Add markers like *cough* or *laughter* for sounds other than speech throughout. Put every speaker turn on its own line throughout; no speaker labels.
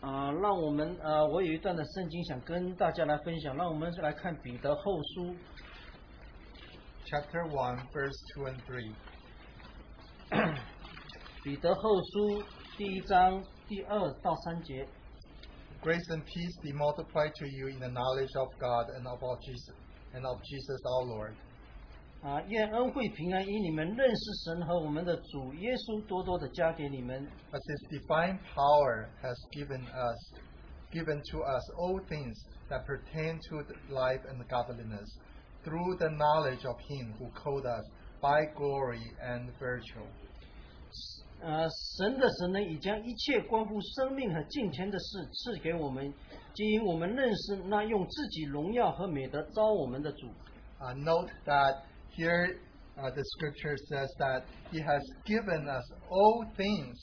啊、让我们啊、我有一段的圣经想跟大家来分享，让我们来看彼得后书
chapter 1, verse 2 and 3.
彼得后书第一章第二到三节。
Grace and peace be multiplied to you in the knowledge of God and of our Jesus and of Jesus our Lord.
啊，愿恩惠平安因你们认识神和我们的主耶稣多多的加给你们。
As his divine power has given us given to us all things that pertain to the life and godliness through the knowledge of him who called us by glory and virtue.
呃，神的神呢，已将一切关乎生命和金钱的事赐给我们，皆因我们认识那用自己荣耀和美德招我们的主。
Uh, note that here uh, the scripture says that He has given us all things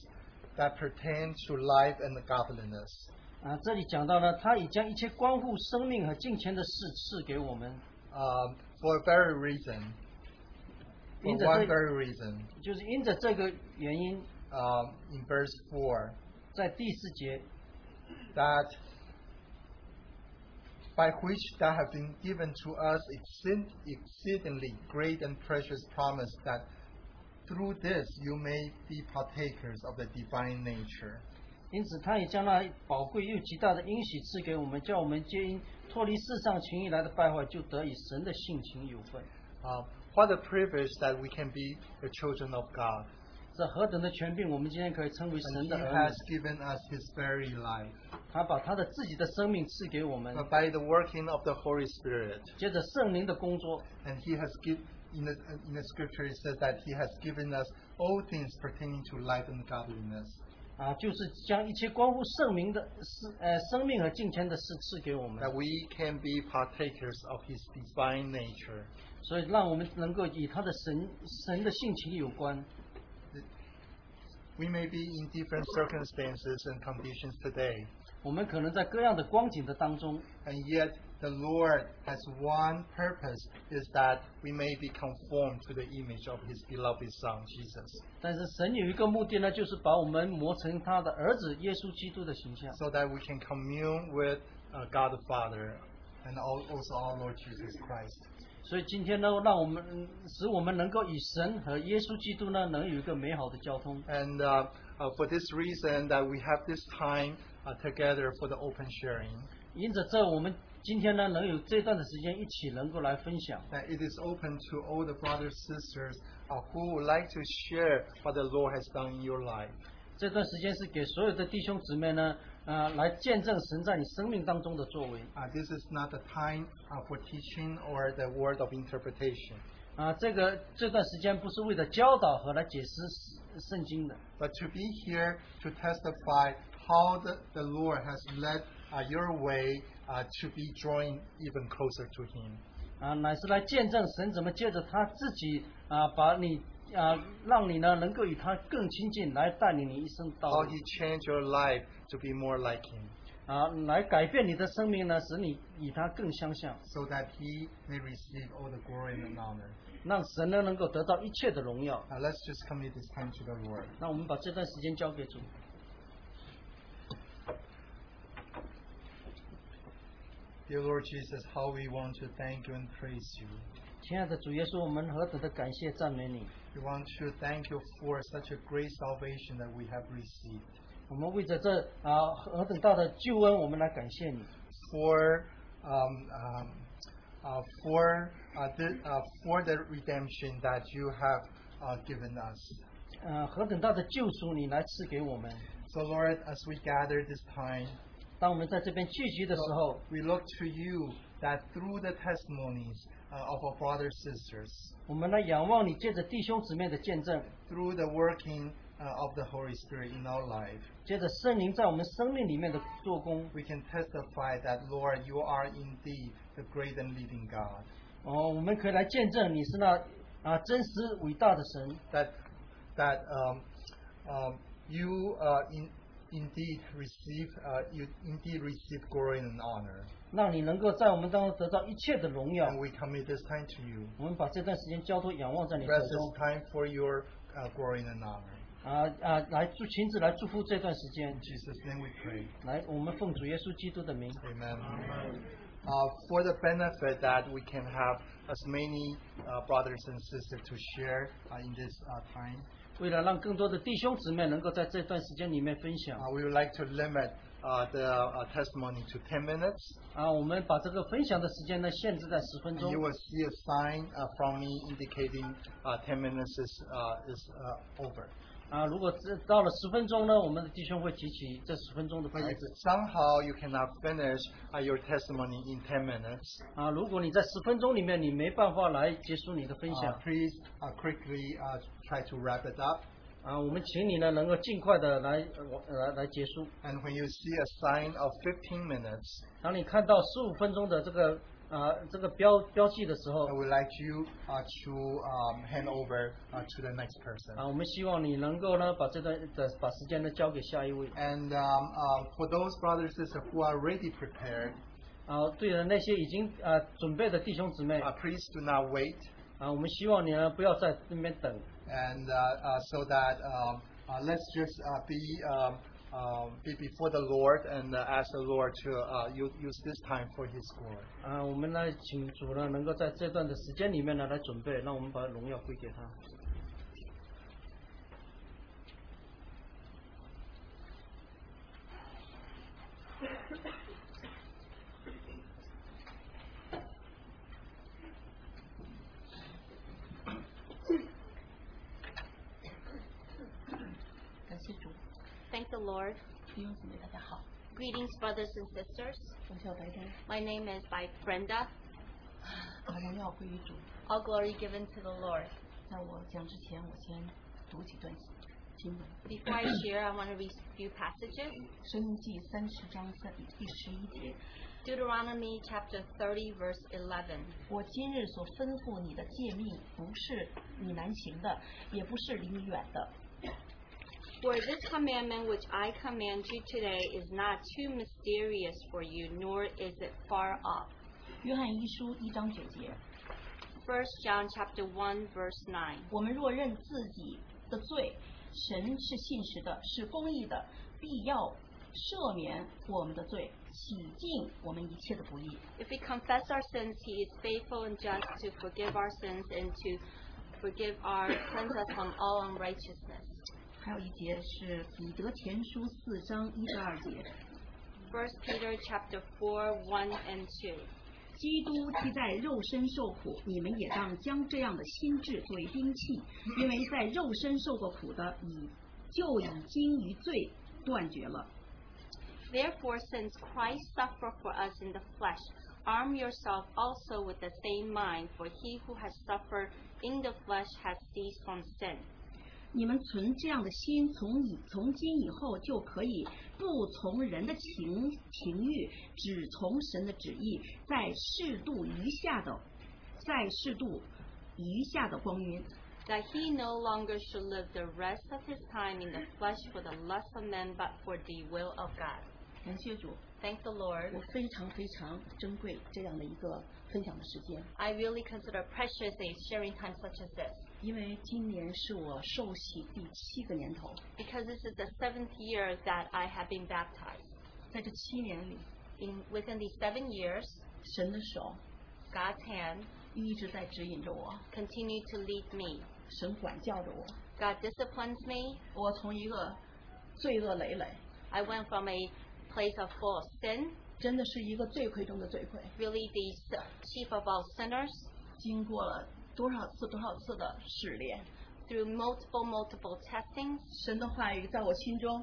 that pertain to life and godliness.
啊，这里讲到呢，他已将一切关乎生命和金钱的事赐给我们，
Um, for a very reason. For
Means that
one
they-
very reason.
就是因着这个原因，
Um, in verse 4,
在第四节
that by which that have been given to us exceed- exceedingly great and precious promise that through this you may be partakers of the divine nature.
因此，他也将那宝贵又极大的应许赐给我们，叫我们皆因脱离世上情欲来的败坏，就得以神的性情有份。
Uh, what a privilege that we can be the children of God.
这何等的权柄，我们今天可以称为神
And
的
He
儿
has
女。
given us His very life.
他把他的自己的生命赐给我们，
But by the working of the Holy Spirit,
接着圣灵的工作，
and He has given, in the, in the scripture it says that He has given us all things pertaining to life and godliness.
啊，就是将一切关乎圣明的事，呃，生命和金钱的事赐给我们，
That we can be partakers of His divine nature.
所以让我们能够与他的神神的性情有关。
We may be in different circumstances and conditions today,
我们可能在各样的光景的当中，
and yet the Lord has one purpose is that we may be conformed to the image of His beloved Son, Jesus.
但是神有一个目的呢，就是把我们磨成他的儿子耶稣基督的形象，
so that we can commune with uh, God the Father and al- also our Lord Jesus Christ.
所以今天呢，让我们嗯使我们能够与神和耶稣基督呢，能有一个美好的交通。
And uh, uh, for this reason, that we have this time uh, together for the open sharing.
因此，这我们今天呢，能有这段的时间一起能够来分享。
That it is open to all the brothers sisters uh, who would like to share what the Lord has done in your life.
这段时间是给所有的弟兄姊妹呢，呃，来见证神在你生命当中的作为
Uh, this is not the time uh, for teaching or the word of interpretation,
啊、这个这段时间不是为了教导和来解释圣经的，
but to be here to testify how the, the Lord has led uh, your way uh, to be drawing even closer to Him.
啊、乃是来见证神怎么借着他自己啊、把你啊、让你呢能够与他更亲近，来带领你一生道
how
路
he changed your life to be more like him
啊、来改变你的生命呢，使你与他更相像，
so that he may receive all the glory and honor.
让神呢能够得到一切的荣耀。
Now let's just commit this time to the Lord.
那我们把这段时间交给主。
Dear Lord Jesus, how we want to thank you and praise you.
亲爱的主耶稣，我们何等的感谢赞美你！
We want to thank you for such a great salvation that we have received,
我们为着这啊何等大的救恩，我们来感谢你
for um, um, uh, for uh, the, uh, for the redemption that you have uh, given us.
啊何等大的救赎，你来赐给我们。
So Lord, as we gather this time,
当我们在这边聚集的时候，
we look to you that through the testimonies uh, of our brothers sisters,
我们来仰望你，借着弟兄姊妹的见证，
through the working uh, of the Holy Spirit in our life,
借着圣灵在我们生命里面的做工。
we can testify that, Lord, you are indeed the great and living God.
哦，我们可以来见证你是那啊真实伟大的神
That, that um, um, you uh, in, indeed receive uh, you indeed receive glory and honor.
让你能够在我们当中得到一切的荣耀
And。we commit this time to you.
我们把这段时间交托仰望在你手
Rest
中
this，time for your uh, glory and honor.
啊啊，来祝亲自来祝福这段时间
In。Jesus' name we pray.
来，我们奉主耶稣基督的名，
Amen. Uh, for the benefit that we can have as many uh, brothers and sisters to share uh, in this uh, time,
为了让更多的弟兄姊妹能够在这段时间里面分享
uh, we would like to limit uh, the uh, testimony to 10 minutes.
啊，我们把这个分享的时间呢限制在十分
And
钟
you。will see a sign uh, from me indicating uh, 10 minutes is, uh, is uh, over.
啊，如果这到了十分钟呢，我们的弟兄会提起这十分钟的牌
But if
子。
somehow you cannot finish uh, your testimony in 10 minutes,
啊，如果你在十分钟里面你没办法来结束你的分
uh,
享，
please uh, quickly uh, try to wrap it up.
啊，我们请你呢能够尽快的来呃我来来结束。
And when you see a sign of 15 minutes,
当你看到十五分钟的这个啊这个标标记的时候
I，would like you uh, to um, hand over uh, to the next person.
啊，我们希望你能够呢把这段的把时间呢交给下一位。
And um, um, for those brothers and sisters who are already prepared,
啊，对了，那些已经啊准备的弟兄姊妹
uh, please do not wait,
啊，我们希望你呢不要在那边等
and uh, uh, so that um, uh, let's just uh, be um, um, be before the Lord and uh, ask the Lord to uh, u- use this time for His glory.
啊，我们呢请主呢能够在这段的时间里面呢来准备，让我们把荣耀归给他。
感谢主，
Thank the Lord.
弟兄姊妹大家好，
Greetings, brothers and sisters.
我叫白啊丹，
My name is by Brenda.
把荣耀归于主。
All glory given to the Lord.
在我讲之前，我先读几段经文，《
Before I share, I want to read a few passages.
生命记》三十章三第十一节：
Deuteronomy chapter 30, verse 11.
我今日所吩咐你的诫命，不是你难行的，也不是离你远的，
For this commandment which I command you today is not too mysterious for you, nor is it far off.
约翰一书一章九节，
First John chapter 1, verse 9.
我们若认自己的罪，神是信实的，是公义的，必要赦免我们的罪，洗净我们一切的不义。
If we confess our sins, he is faithful and just to forgive our sins and to forgive our cleanse us from all unrighteousness.
还有一节是彼得前书四章一至二节，
First Peter chapter 4, 1 and 2.
基督既在肉身受苦，你们也当将这样的心智作为兵器，因为在肉身受过苦的，已就已经与罪断绝了。
Therefore, since Christ suffered for us in the flesh, arm yourself also with the same mind, for he who has suffered in the flesh has ceased from sin.
你们存这样的心，从以从今以后就可以不从人的情情欲，只从神的旨意，在适度余下的，在适度余下的光阴。
That he no longer should live the rest of his time in the flesh for the lust of men, but for the will of God.
感谢主，
Thank the Lord.
我非常非常珍贵这样的一个分享的时间，
I really consider precious a sharing time such as this
因为今年是我受洗第七个年头，
because this is the seventh year that I have been baptized.
在这七年里，
In within these seven years,
神的手
God's hand
一直在指引着我，
continue to lead me.
神管教着我，
God disciplines me.
我从一个罪恶累累。
I went from a place of full of sin,
真的是一个罪魁中的罪魁，
really the s- chief of all sinners,
经过了多少次多少次的试炼，
through multiple, multiple testings,
神的话语在我心中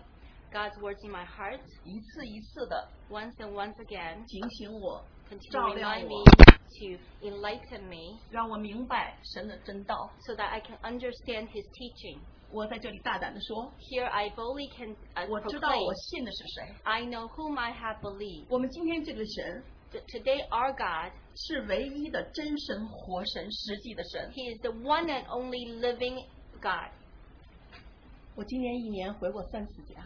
God's words in my heart,
一次一次的
once and once again,
警醒我，
continue to
照亮
remind
我
me，to enlighten me
让我明白神的真道。
so that I can understand His teaching.
我在这里大胆的说，
Here I boldly can uh,
我知道
proclaim,
我信的是谁。
I know whom I have believed.
我们今天这个神
Th- Today our God,
是唯一的真神、活神、实际的神。
He is the one and only living God.
我今年一年回过三次家，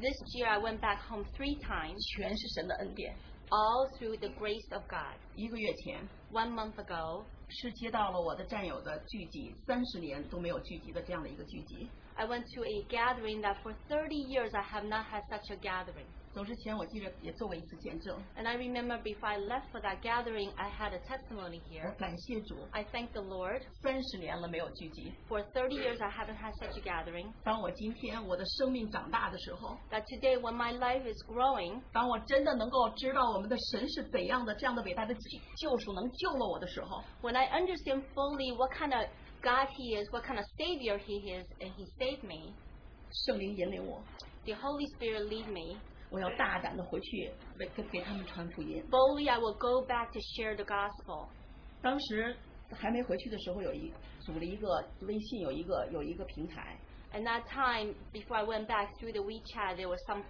This year I went back home three times,
全是神的恩典。
all through the grace of God.
一个月前
One month ago,
是接到了我的战友的聚集，三十年都没有聚集的这样的一个聚集。
I went to a gathering that for 30 years I have not had such a gathering.
走之前，我记着也做过一次见证。
And I remember before I left for that gathering, I had a testimony
我
here.
感谢主，
I thank the Lord.
三十年了没有聚集。
For 30 years, I haven't had such a gathering.
当我今天我的生命长大的时候，
That today, when my life is growing,
当我真的能够知道我们的神是怎样的这样的伟大的救救赎能救了我的时候，
when I understand fully what kind of God He is, what kind of Savior He is, and He saved me,
圣灵引领我，
the Holy Spirit lead me.
我要大胆的回去为给给他们传福音。
Boldly, I will go back to share the gospel.
当时还没回去的时候，有一组了一个微信，有一个有一个平台。
And that time, before I went back through the WeChat, there were some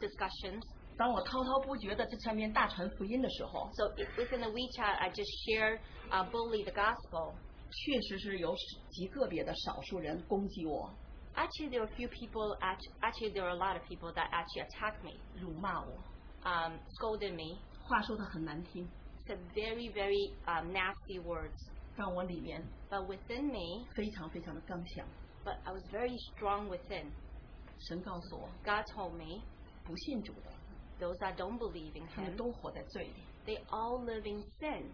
discussions.
当我滔滔不绝的在上面大传福音的时候，
So it- within the WeChat, I just shared uh, boldly the gospel.
确实是有极个别的少数人攻击我、
Actually, there were a few people. act- Actually, there were a lot of people that actually attacked me,
辱骂我，
um, scolded me,
话说的很难听，
said very, very um, nasty words.
让我里面
But within me,
非常非常的刚强。
but I was very strong within.
神告诉我，
God told me
不信主的，
those that don't believe in
他们
Him,
都活在罪里。
they all live in sin.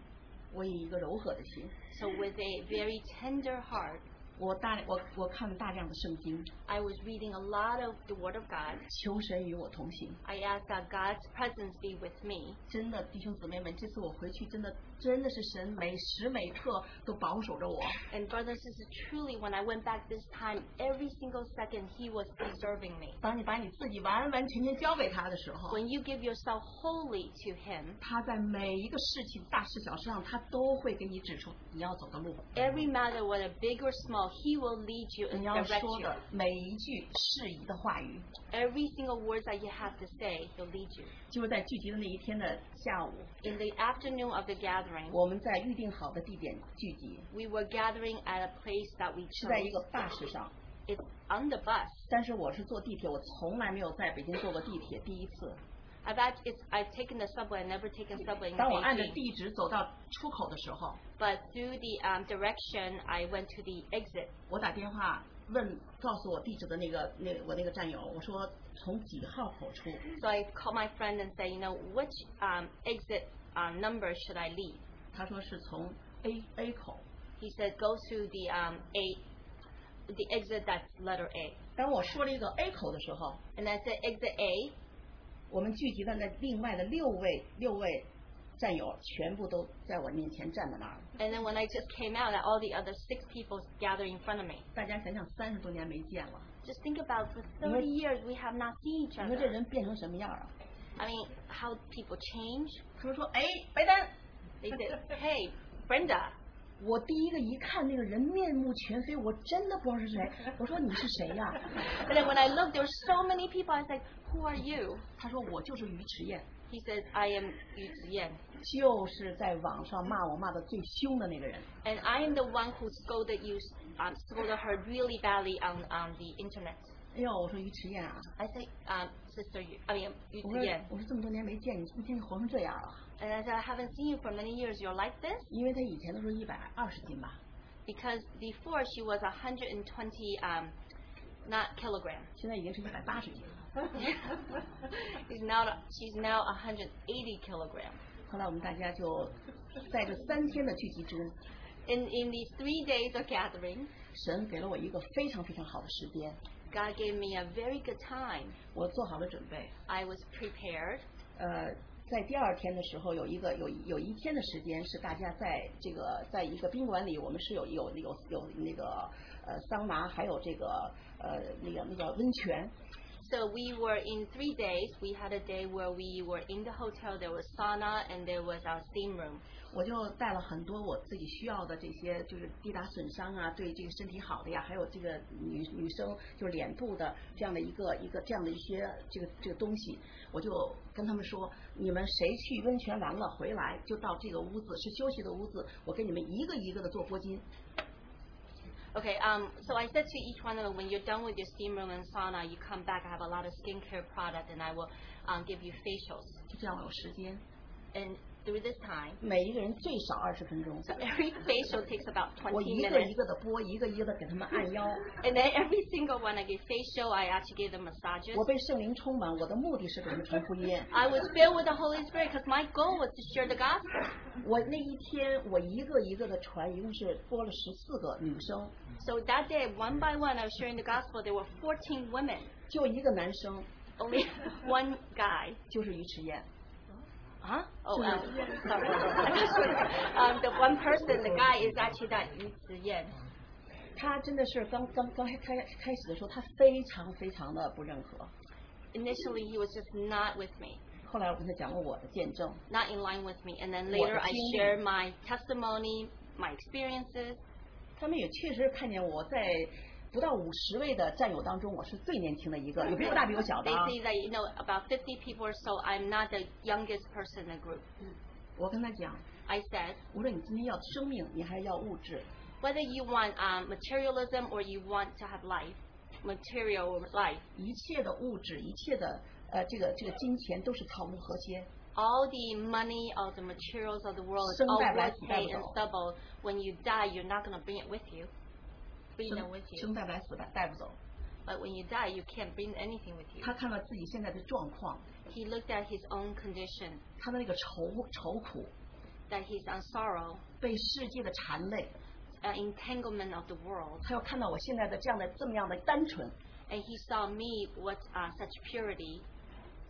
我以一个柔和的心，
So with a very tender heart,
我大我我看了大量的圣经，
I was reading a lot of the Word of God.
求神与我同行。
I asked that God's presence be with me.
真的，弟兄姊妹们，这次我回去真的真的是神每时每刻都保守着我。
And brothers and sisters, truly, when I went back this time, every single second He was preserving me.
当你把你自己完完全全交给他的时候，
When you give yourself wholly to Him,
他在每一个事情大事小事上，他都会给你指出你要走的路。
every matter, whether big or small, He will lead you
你
and
要
direct
说
you.
的每一句适宜的话语，
Every single word that you have to say, He'll lead you.
就是在聚集的那一天的下午，
In the afternoon of the gathering,
我们在预定好的地点聚集，
we were gathering at a place that we
是在一
chose.
个 bus 上。
It's on the bus.
但是我是坐地铁，我从来没有在北京坐过地铁，第一次。
I've act- it's, I've taken the subway. I've never taken subway in
当我按着
Beijing.
地址走到出口的时候，
But through the um, direction, I went to the exit.
我打电话问告诉我地址的那个那我那个战友，我说从几号口出？
So I called my friend and said, you know, which um, exit uh, number should I leave?
他说是从 A A 口。
He said, go to the um, A, the exit that's letter A.
当我说了一个 A 口的时候，
And I said, exit A.
我们聚集的那另外的六位六位战友全部都在我面前站在那儿。
And then when I just came out, all the other six people gathered in front of me.
大家想想，三十多年没见了，
Just think about for 30 years we have not seen each
你说这
other.
人变成什么样啊？
I mean, how people change.
他们说：“哎，白丹，
They said, hey, Brenda.
*laughs* 我第一个一看那个人面目全非，我真的不知道是谁。我说你是谁呀、
And then when I looked, there were so many people. I was like, who are you?
他说我就是于迟燕，
He says, I am Yu Ziyan.
就是在网上骂我骂的最凶的那个人。
And I am the one who scolded you, um, scolded her really badly on, on the internet.
哎呦，我说于迟燕啊，
I said, um, Sister Yu, I mean, Yu
我说
Ziyan.
我说这么多年没见你，今天你活成这样了。
And I said, I haven't seen you for many years. You're like this?
因为他以前都是一百二十斤吧，
Because before she was 120, um, not kilogram. *laughs*
现在已经是一百八十斤了。
she's now, she's now 180 kilogram.
后来我们大家就在这三天的聚集中，
In, in these three days of gathering,
神给了我一个非常非常好的时间，
God gave me a very good time.
我做好了准备。
I was prepared.
呃，在第二天的时候，有一个有一有一天的时间是大家在这个在一个宾馆里，我们是有有有有那个呃桑拿，还有这个呃那个那个温泉。
So we were in three days. We had a day where we were in the hotel. There was sauna and there was our steam room.
我就带了很多我自己需要的这些，就是跌打损伤啊，对这个身体好的呀，还有这个女女生就是脸部的这样的一个一个这样的一些这个这个东西，我就跟他们说，你们谁去温泉完了回来，就到这个屋子是休息的屋子，我给你们一个一个的做拨筋。
Okay, um, so I said to each one of them, when you're done with your steam room and sauna, you come back. I have a lot of skincare product and I will um, give you facials.
就这样我有时间，
And through this time.
每一个人最少二十分钟。
So *laughs* every facial takes about
我
20
一个
minutes.
一个的拨，一个一个的给他们按腰。
And then every single one I gave facial, I actually gave them massages.
我被圣灵充满，我的目的是给他们传福音。
I was filled with the Holy Spirit because my goal was to share the gospel.
我那一天我一个一个的传，一共是拨了十四个女生，
So that day, one by one, I was sharing the gospel. There were 14 women,
就一个男生，
only *laughs* one guy.
就是于迟燕。
Huh? Oh, um, sorry. I just was- um, the one person, the guy, is actually that Yu Ziyan.
他真的是刚刚刚开开开始的时候，他非常非常的不认可。
Initially, he was just not with me,
后来我跟他讲过我的见证，
not in line with me. And then later, I
What?
shared my testimony, my experiences.
他们也确实看见我在不到五十位的战友当中，我是最年轻的一个，有比我大比我小的
They *laughs*
啊。
see that, you know, about 50 people or so, I'm not the youngest person in the group.
我跟他讲，
I said,
我说你今天要生命，你还是要物质？
whether you want um, materialism or you want to have life, material life,
一切的物质，一切的呃这个这个金钱都是草木和谐。
all the money, all the materials of the world,
Send
all
that
wood,
back to
hay, and
Babylon.
stubble, when you die, you're not going to bring it with you. Bring
生
them with you.
生带来死带带不走。
But when you die, you can't bring anything with you.
他看到自己现在的状况，
He looked at his own condition,
他的那个愁愁苦，
that he's on sorrow,
被世界的缠累，
uh, entanglement of the world,
他又看到我现在的这样的这么样的单纯，
and he saw me with uh, such purity.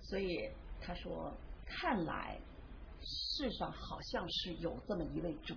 所以他说，看来世上好像是有这么一位主。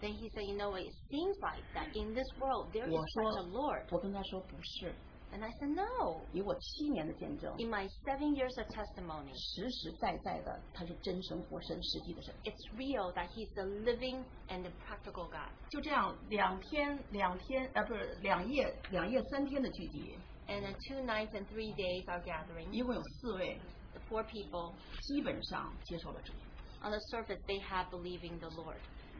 Then he said, You know, it seems like that in this world there is
我
such
说
a Lord.，
我跟他说不是，
And I said, No.
以我七年的见证，
In my seven years of testimony,
实实在在的，他是真神、活神、实际的神。
it's real that he's the living and the practical God.
就这样，两天两天，呃，不是两夜两夜三天的聚集，
And then two nights and three days our gathering,
一共有四位，
the four people,
基本上接受了主。
on the surface they have believing the Lord.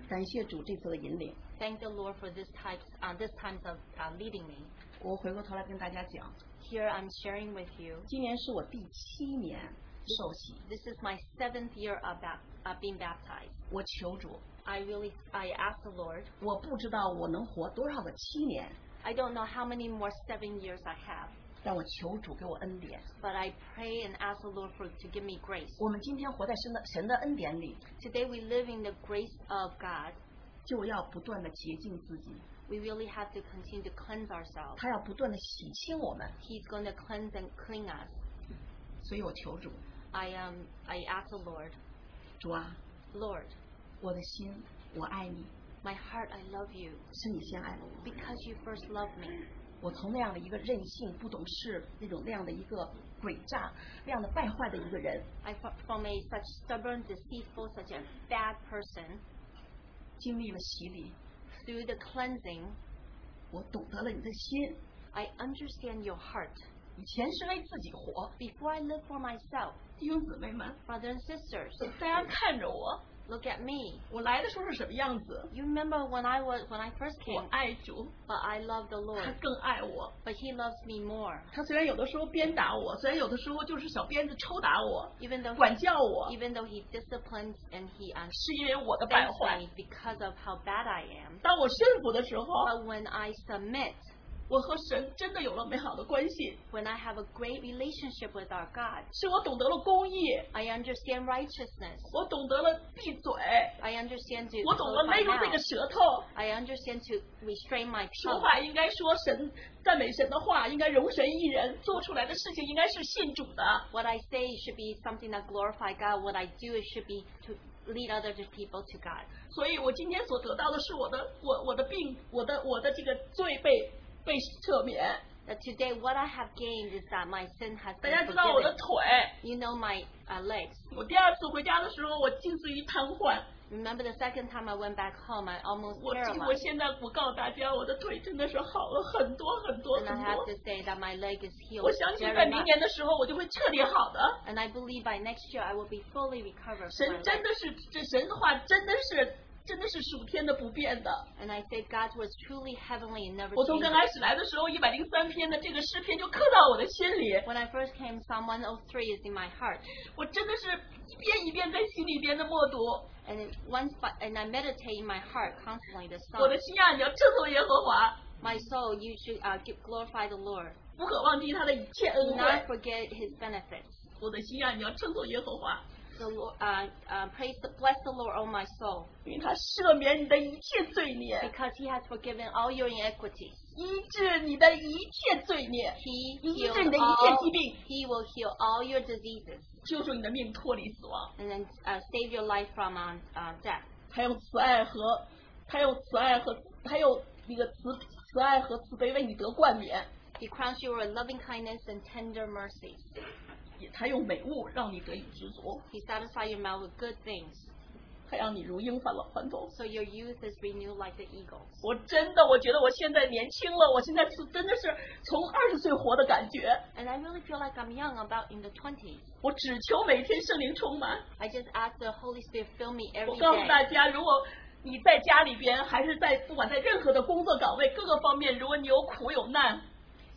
感谢主这次的引领。
Thank the Lord for this types, uh, this times of uh, leading me.
我回过头来跟大家讲，
Here I'm sharing with you.
今年是我第七年受洗，
This is my seventh year of, bap- of being baptized.
我求主，
I really, I asked the Lord.
我不知道我能活多少个七年，
I don't know how many more seven years I have,
但我求主给我恩典。
but I pray and ask the Lord for to give me grace.
我们今天活在神的神的恩典里，
Today we live in the grace of God.
就要不断的洁净自己，
We really have to continue to cleanse ourselves.
他要不断的洗清我们。
He's going to cleanse and clean us.
所以我求主，
I um, I ask the Lord,
主啊，
Lord,
我的心，我爱你，
my heart, I love you
是你先爱了我。
because you first loved me.
我从那样的一个任性、不懂事、那种那样的一个诡诈、那样的败坏的一个人，
I fro- from a such stubborn, deceitful, such a bad person.
经历了洗礼，
Through the cleansing,
我懂得了你的心，
I understand your heart.
以前是为自己活，
Before I live for myself,
弟兄姊妹们，
brothers and sisters,
大家看着我，
look at me.
我来的时候是什么样子？
You remember when I was when I first
我
came,
爱主，
but I love the
他
Lord,
更爱我。
but He loves me more.
他虽然有的时候鞭打我，虽然有的时候就是小鞭子抽打我、
Even though
管教我
he,，even though He disciplines and He um,
是因为我的败
thanks
坏
me。because of how bad I am.
当我顺服的时候，
But when I submit,
我和神真的有了美好的关系，
when I have a great relationship with our God,
是我懂得了公义，
I understand righteousness.
我懂得了闭嘴，
I understand to
我懂得嗯勒
close my
住这
mouth.
个舌头，
I understand to restrain my
说
tongue.
话应该说神赞美神的话，应该容神一人，做出来的事情应该是信主的。
What I say should be something that glorifies God. What I do it should be to lead other people to God.
所以我今天所得到的是我的我我的病，我的我的这个罪被被赦免。
That today what I have gained is that my sin has
大
been
家知道我的
forgiven.
腿，
You know my uh, legs.
我第二次回家的时候，我近似于瘫痪。
Remember the second time I went back home, I almost
我我
paralyzed.
现在我告诉大家，我的腿真的是好了很多很多
And I
很
have
多
to。say that my leg is
我
healed
相信在
very
明
much.
年的时候，我就会彻底好的。
And I believe by next year I will be fully recovered.
神
From my
真
leg.
的是，这神的话真的是真的是属天的不变的。
And I say God was truly heavenly and never
我从
changed.
刚开始来的时候，一百零三篇的这个诗篇就刻到我的心里，
When I first came, Psalm 103 is in my heart,
我真的是一遍一遍在心里边的默读。
and it, once by, and I meditate in my heart constantly the
我
Psalm.
的心啊，你要称颂耶和华，
My soul, you should uh, give, glorify the Lord.
不可忘记他的一切
Do
恩
not
惠。
forget His benefits.
我的心啊，你要称颂耶和华，
The Lord, uh, uh, praise, the, bless the Lord, O my soul,
因为他赦免你的一切罪孽，
because He has forgiven all your iniquities.
医治你的一切罪孽，
He
医治
healed
你的一切
all.
疾病，
He will heal all your diseases,
救赎你的命脱离死亡。
and then uh, save your life from uh, uh, death.
他用慈爱和他用慈爱和他用那个慈慈爱和慈悲为你得冠冕，
He crowns you with loving kindness and tender mercies.
也他用美物让你得以知足，
He satisfies your mouth with good things,
他让你如鹰返老还童。
so your youth is renewed like the eagles.
我真的，我觉得我现在年轻了，我现在是真的是从二十岁活的感觉。
And I really feel like I'm young, about in the 20s.
我只求每天圣灵充满。
I just ask the Holy Spirit fill me
我
every
告诉
day.
大家，如果你在家里边，还是在不管在任何的工作岗位各个方面，如果你有苦有难，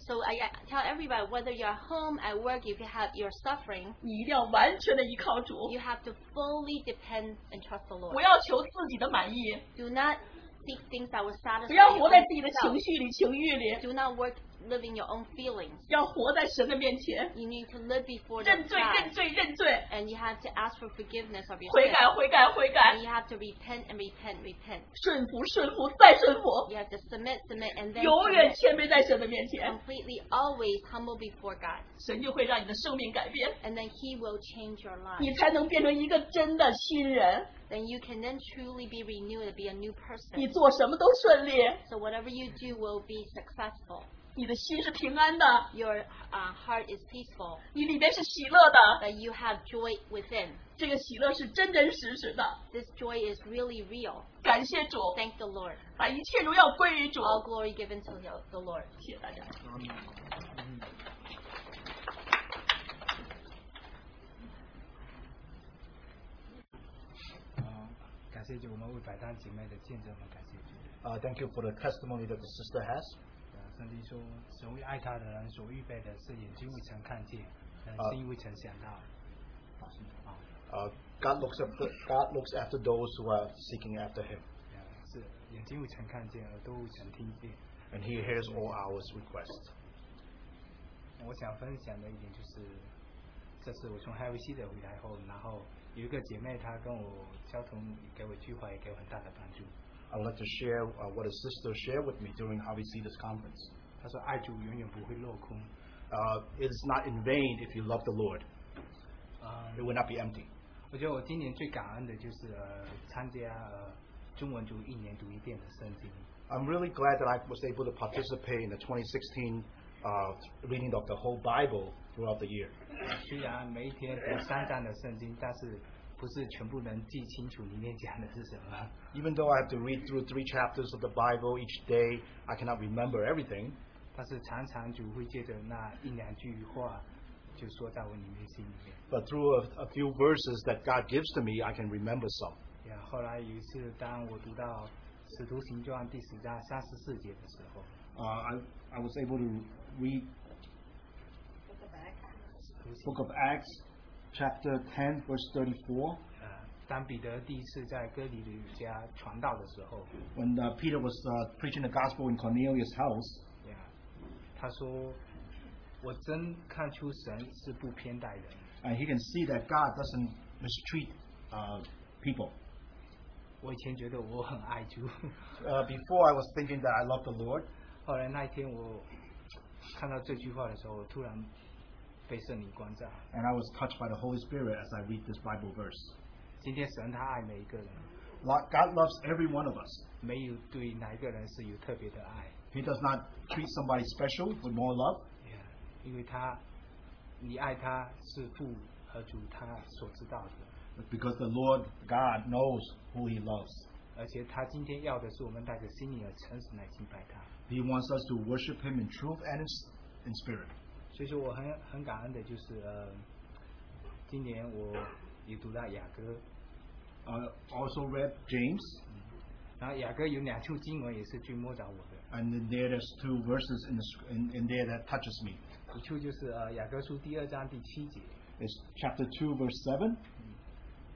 So I I tell everybody, whether you're at home, at work, if you have you're suffering,
你一定要完全的依靠主，
you have to fully depend and trust the Lord.
不要求自己的满意，
Do not seek things that will
不
satisfy
要活在自己
your
的
own
情
self.
绪里、情欲里，
Do not work living your own feelings.
要活在神的面前，
You need to live before the
认罪、认
God,
罪、认罪，
and you have to ask for forgiveness of your
悔
sin.
改、悔改、悔
And
改，
you have to repent and repent, repent.
顺服、顺服、再顺服，
You have to submit, submit, and then
永远
submit.
谦卑在神的面前，
completely, always humble before God,
神就会让你的生命改变，
and then He will change your life.
你才能变成一个真的新人，
Then you can then truly be renewed and be a new
你
person.
做什么都顺利，
So whatever you do will be successful.
你的心是平安的。
Your uh, heart is peaceful.
你里面是喜乐的，
That you have joy within.
这个喜乐是真真实实的。
This joy is really real.
感谢主，
Thank the Lord.
把一切荣耀归于主。
All glory given to the- the Lord.
谢谢大家。
啊，感谢主，我们为百单姐妹的见证，我们感谢主。
Uh, thank you for the testimony that the sister has.
啊，圣经说，神为爱他的人所预备的是眼睛未曾看见，人
啊
心未曾想到。啊，
Uh, God looks after God looks after those who are seeking after Him,
啊是眼睛未曾看见，耳朵未曾听见。
and He hears all our requests.
我想分享的一点就是，这次我从海威西的回来后，然后有一个姐妹她跟我交通，给我一句话也给我很大的帮助。
I'd like to share uh, what a sister shared with me during how we see this conference.
她说爱主永远不会落空。
Uh, it is not in vain if you love the Lord;
啊、
it will not be empty.
我觉得我今年最感恩的就是呃参加呃中文组一年读一遍的圣经。
I'm really glad that I was able to participate in the 2016 uh, reading of the whole Bible throughout the year.
虽然每一天读三章的圣经，但是不是全部能记清楚里面讲的是什么。 *laughs*
Even though I have to read through three chapters of the Bible each day, I cannot remember everything.
但是常常主会借着那一两句话，就说到我里面心里面。
But through a, a few verses that God gives to me, I can remember some.
然后后来有一次，当我读到《使徒行传》第十章三十四节的时候，
Uh, I, I was able to read Book of Acts, chapter 10, verse 34.
呃，当彼得第一次在哥里流家传道的时候，
When uh, Peter was uh, preaching the gospel in Cornelius' house,
呀，他说：“我真看出神是不偏待人。
and he can see that God doesn't mistreat uh, people.
我以前觉得我很爱主，
Uh, before I was thinking that I love the Lord,
*laughs* 后来那一天我看到这句话的时候，我突然被圣灵光照。
and I was touched by the Holy Spirit as I read this Bible verse.
今天神他爱每一个人，
Lo- God loves every one of us.
没有对哪一个人是有特别的爱。
He does not treat somebody special with more love
呀因为他，你爱他是父和主他所知道的，
because the Lord God knows who He loves.
而且他今天要的是我们带着心灵的诚实来敬拜他。
He wants us to worship Him in truth and in, s- in spirit.
所以说我很很感恩的就是呃，今年我也读到雅歌，
Uh,
I also read James,
然后雅歌有两处经文也是去摸着我的，
and then there is two verses in, the, sc- in, in there that touches me.
一处就是呃雅歌书第二章第七节，
It's chapter 2, verse 7.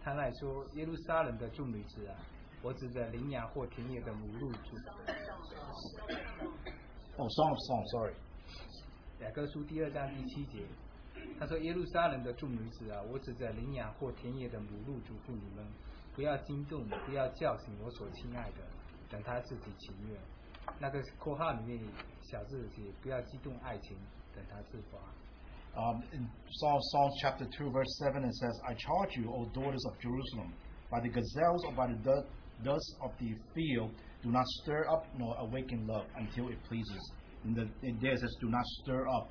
他那里说耶路撒冷的众女子啊，我指着羚羊或田野的母鹿住。
Oh, Song of Songs, sorry.
雅各书第二章第七节，他说：“耶路撒冷的众女子啊，我指着羚羊或田野的母鹿嘱咐你们，不要惊动，不要叫醒我所亲爱的，等他自己情愿。”那个括号里面小字写：“不要激动爱情，等他自发。
Um, in Psalm, Psalm chapter 2, verse 7, it says, I charge you, O daughters of Jerusalem, by the gazelles or by the du- dust of the field, do not stir up nor awaken love until it pleases. And, the, and there it says, do not stir up. ”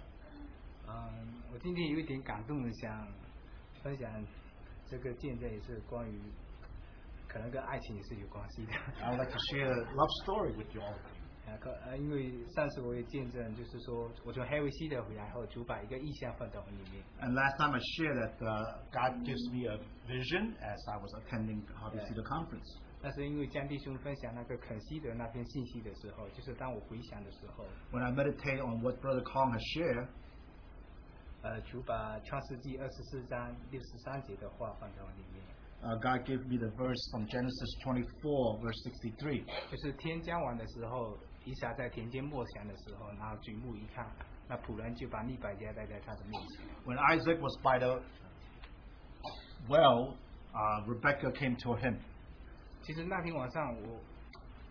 嗯，我今天有一点感动的，想分享这个见证，也是关于可能跟爱情也是有关系的。
I would like to share a love story with you all.
啊，可呃，因为上次我也见证，就是说我从 Harry C 的回来后，主把一个意象放到我里面。
And last time I shared that uh, God gives me a vision as I was attending Harvey
Yeah.
Cedar Conference.
那是因为江弟兄分享那个肯西德那篇信息的时候，就是当我回想的时候，
When I meditate on what Brother Kong has shared,
呃，主把创世纪二十四章六十三节的话放到里面，
uh, God gave me the verse from Genesis 24, verse 63.
就是天将晚的时候，以撒在田间默想的时候，然后举目一看，那仆人就把利百加带在他的面前。
When Isaac was by the well, uh, Rebecca came to him.
其实那天晚上我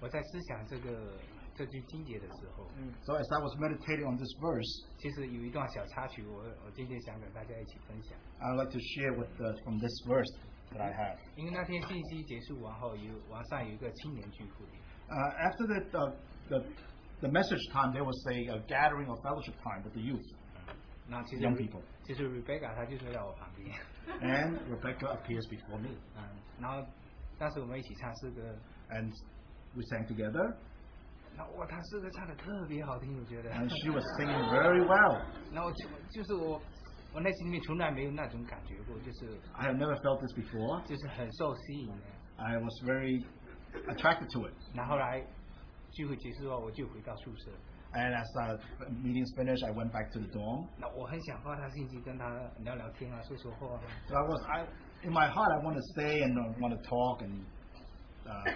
我在思想这个这句经节的时候，
So as I was meditating on this verse,
其实有一段小插曲我，我今天想跟大家一起分享。
I'd like to share with the, from this verse that I have.
因为那天信息结束完后，有晚上有一个青年聚会，
Uh, after the, uh, the, the message time, there was a, a gathering or fellowship time with the youth.
那其实
Young people.
其实 Rebecca 她就坐在我旁边， *laughs*
And Rebecca appears before me.
嗯，然后当时我们一起唱诗歌，
And we sang together,
那哇，她诗歌唱的特别好听，我觉得。
and she was singing very well.
*laughs* 然后就就是我，我内心里面从来没有那种感觉过，就是
I have never felt this before.
就是很受吸引的。
I was very attracted to it.
然后来聚会结束后，我就回到宿舍，
And as the meetings finished, I went back to the dorm.
那我很想发她信息，跟她聊聊天啊，说说话啊。
So I was, I, in my heart, I want to stay and I want to talk and uh,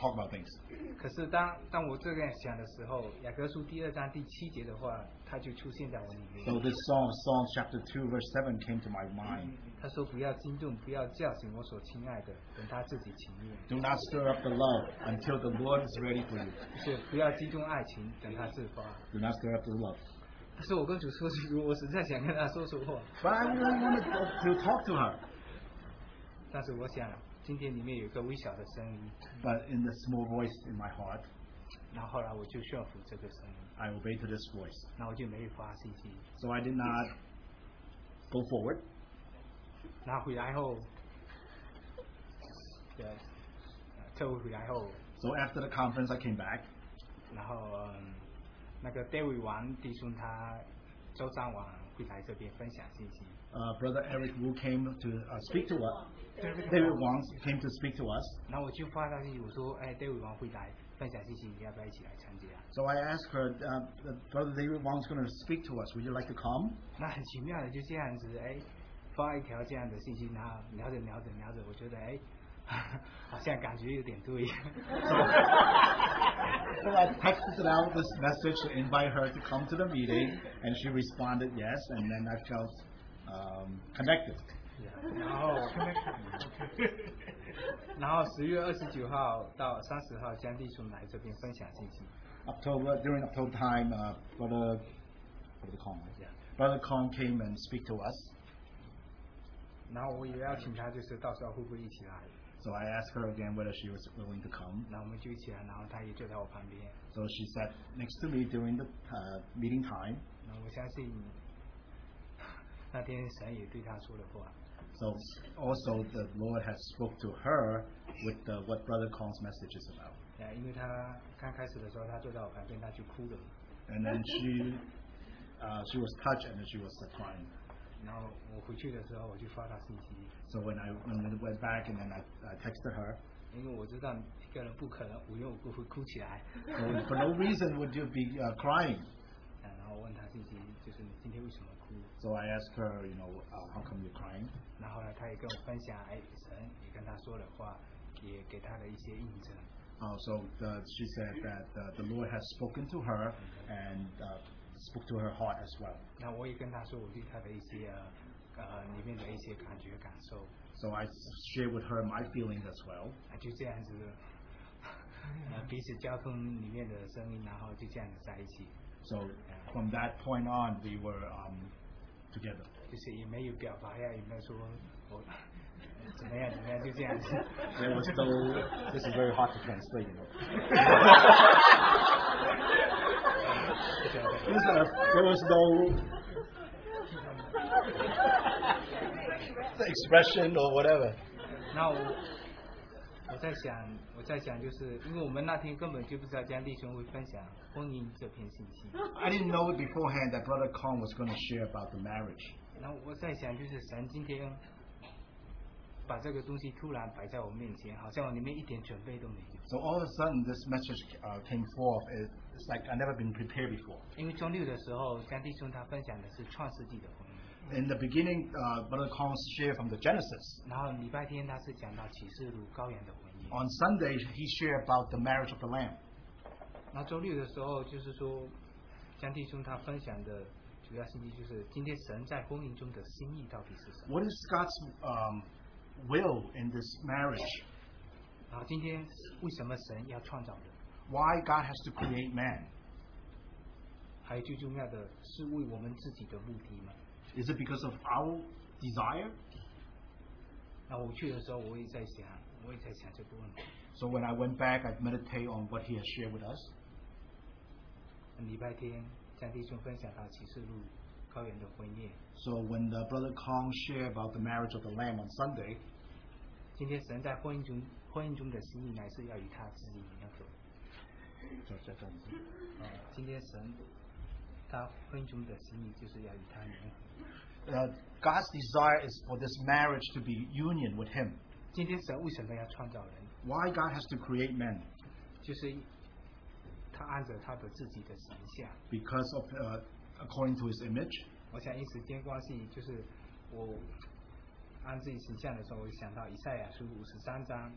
talk about things.
可是当当我这样想的时候，雅各书第二章第七节的话，它就出现在我里
So
面。
this song, Psalm chapter 2, verse 7 came to my mind.
他说：“不要惊动，不要叫醒我所亲爱的，等他自己情愿。”
Do not stir up the love until the Lord is ready for you.
是不要激动爱情，等它自发。
Do not stir up the love.
但是我跟主说，如果我实在想跟他说说话，
But I really wanted to, to talk to her.
但是我想今天里面有一个微小的声音，
But in the small voice in my heart,
然后后来我就顺服这个声音，
I obeyed to this voice.
然后我就没有发信息。
So I did not go forward.
然后回来后， *laughs* 对， *laughs* 呃退回回来后，
So after the conference, I came back.
然后嗯，那个 David 王弟兄他周张王会来这边分享信息。
Uh, Brother Eric Wu came to uh, speak to us. David Wong came to speak to us.
然后我就发消息，我说：“哎，David 王会来分享信息，你要不要一起来参加？”
So I asked her, uh, Brother David Wong's going to speak to us. Would you like to come?
那很奇妙的就这样子，哎，发一条这样的信息，然后聊着聊着聊着，我觉得哎， *laughs* 好像感觉有点 *laughs* 对。
*laughs* So I texted out this message to invite her to come to the meeting, and she responded yes, and then I felt um, connected.
然后， *laughs* 然后十月二十九号到三十号，江弟兄来这边分享信息。
October during October time, uh, Brother Brother Kong, right?
Yeah.
Brother Kong came and speak to us.
然后我也邀请他，就是到时候会不会一起来？
So I asked her again whether she was willing to come.
然后我们就一起来，然后他也坐在我旁边。
So she sat next to me during the uh, meeting time.
然后我相信 *laughs* 那天神也对他说了话。
So also the Lord has spoke to her with uh, what Brother Kong's message is about.
呃，因为他刚开始的时候，他坐在我旁边，他就哭了。
And then she uh, she was touched and then she was crying.
然然后我回去的时候，我就发她信息，
So when I when I went back and then I, I texted her,
因为我知道一个人不可能无缘无故会哭起来。 *laughs*
so for no reason would you be uh, crying.
啊然后我问她信息，就是你今天为什么哭？
So I asked her, you know, uh, how come you're crying?
然后后来她也跟我分享，哎，神也跟她说的话，也给她的一些印证。
Uh, so the, she said that uh, the Lord has spoken to her and uh, spoke to her heart as well.
那我也跟她说我对她的一些呃呃里面的一些感觉感受，
So I shared with her my feelings as well.
啊就这样子， *laughs* 呃彼此交通里面的声音，然后就这样子在一起，
So from that point on, we were um, together.
就是也没有表白呀，也没有说我 *laughs* 怎么样怎么样，就这样子。
There was no. This is very hard to translate, you know. This, uh, *laughs* there was no. expression or whatever.
那我我在想，我在想，就是因为我们那天根本就不知道江弟兄会分享婚姻这篇信息。
I didn't know beforehand that Brother Kong was going to share about the marriage.
然后我在想，就是神今天把这个东西突然摆在我面前，好像我里面一点准备都没有。
So all of a sudden, this message uh, came forth. It, it's like I've never been prepared before.
因为中六的时候，江弟兄他分享的是创世纪的婚姻，
In the beginning, uh, Brother Kong shared from the Genesis.
然后礼拜天他是讲到启示录羔羊的婚姻，
On Sunday, he shared about the marriage of the Lamb.
然后周六的时候就是说，江弟兄他分享的主要信息就是今天神在婚姻中的心意到底是什么。
What is God's um, will in this marriage?
然后今天为什么神要创造人？
Why God has to create man?
还有最重要的是为我们自己的目的吗？
Is it because of our desire?
那我去的时候，我也在想，我也在想这个问题。
So when I went back, I meditate on what he has shared with us.
礼拜天，江弟兄分享到启示录高原的婚宴。
So when the Brother Kong shared about the marriage of the Lamb on Sunday,
今天神在婚姻中，婚姻中的心意乃是要与他自己一样走。啊、今天神他婚姻中的心意就是要与他联合。
uh, God's desire is for this marriage to be union with him.
今天神为什么要创造人？
Why God has to create man?
就是他按着他的自己的形象。
Because of uh, according to his image.
我想因时间关系，就是我按自己形象的时候，我想到以赛亚书五十三章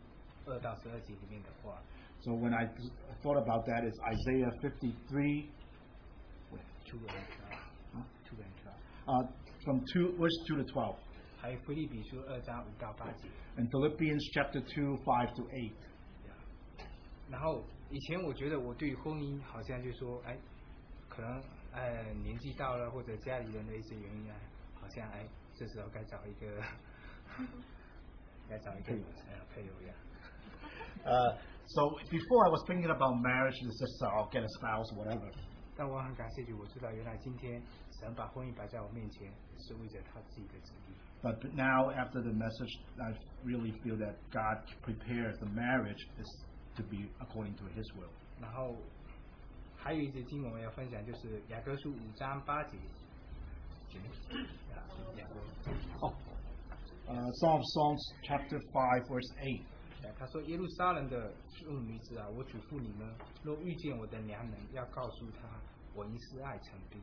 二到十二节里面的话，
So when I th- thought about that, it's Isaiah 53,
出人啊，出人啊，
uh, from two verse two to twelve,
还有菲利比书二章五到八节。
and Philippians chapter two, five to eight.
然后以前我觉得我对婚姻好像就说，哎，可能哎年纪到了或者家里人的一些原因啊，好像哎这时候该找一 *laughs* 个该找一个呃配偶呀。
Uh, so before I was thinking about marriage, it's just uh, I'll get a spouse, whatever.
但我很感谢主，我知道原来今天神把婚姻摆在我面前，是为着他自己的旨意。
But now after the message, I really feel that God prepares the marriage is to be according to His will.
然后还有一节经文我要分享，就是雅各书五章八 *coughs* 节。啊雅各，
Uh, Psalm Psalms chapter five, verse eight.
哎他说：“耶路撒冷的众女子啊，我嘱咐你们，若遇见我的良人，要告诉他，我因是爱成病。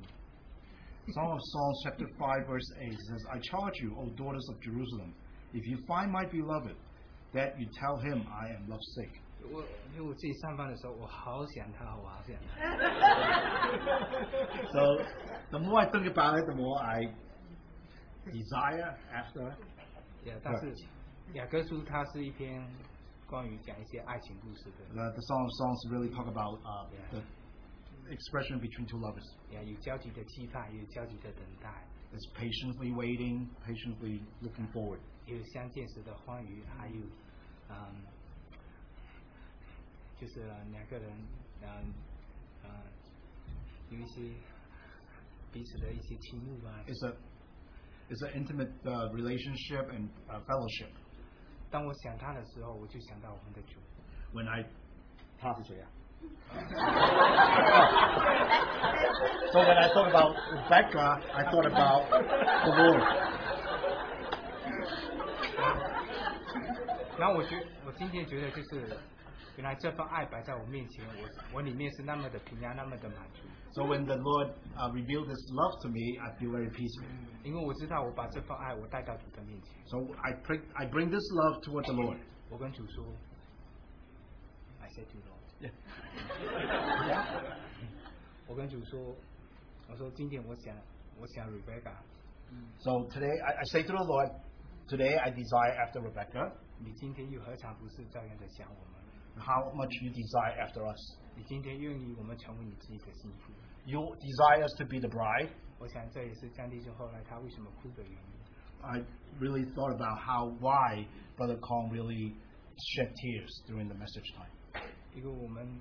Psalm of Psalms chapter 5 verse 8 says, I charge you, O daughters of Jerusalem, if you find my beloved, that you tell him I am lovesick. ”
我因为我自己上班的时候，我好想他，我好想他。
So the more I think about it, the more I desire after. her.
也，但是雅各书它是一篇关于讲一些爱情故事的。
The, the Psalm of Psalms really talk about uh, the expression between two lovers.
呀，有焦急的期盼，也有焦急的等待，
It's patiently waiting, patiently looking forward.
也有相见时的欢愉，还有，嗯，就是两个人，嗯，嗯，有一些彼此的一些倾慕啊。
It's a it's an intimate uh, relationship and uh, fellowship.
当我想他的时候，我就想到我们的主，
When I 他是谁啊？ So when I thought about Rebecca, I thought about the Lord.
然后我觉，我今天觉得就是，原来这份爱摆在我面前，我我里面是那么的平安，那么的满足，
So when the Lord uh, revealed His love to me, I feel very peaceful.
因为我知道我把这份爱我带到主的面前，
So I, pray, I bring this love toward the Lord.
我跟主说，I said to Lord， *laughs*
Yeah.
我跟主说，我说今天我想我想 Rebecca，
So today, I, I say to the Lord, today I desire after Rebecca,
你今天又何尝不是照样的想我们？
how much you desire after us.
你今天愿意我们成为你自己的幸福，
You desire us to be the bride.
我想这也是战地之后来他为什么哭的原因。
I really thought about how, why Brother Kong really shed tears during the message time.
因为我们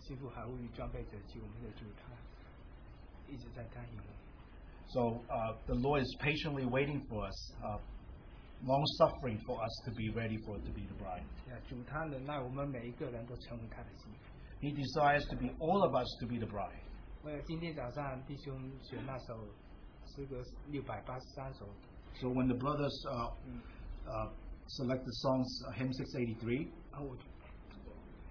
幸福还无与装备者去，我们的主他一直在答应我们。
So uh, the Lord is patiently waiting for us, uh, long suffering for us to be ready for to be the bride.
呀，主他能让我们每一个人都成为他的幸福。
He desires to be all of us to be the bride.
为了今天早上弟兄选那首诗歌六百八十三首，
So when the brothers uh, uh, select the songs, uh, hymn 683,
然啊后我就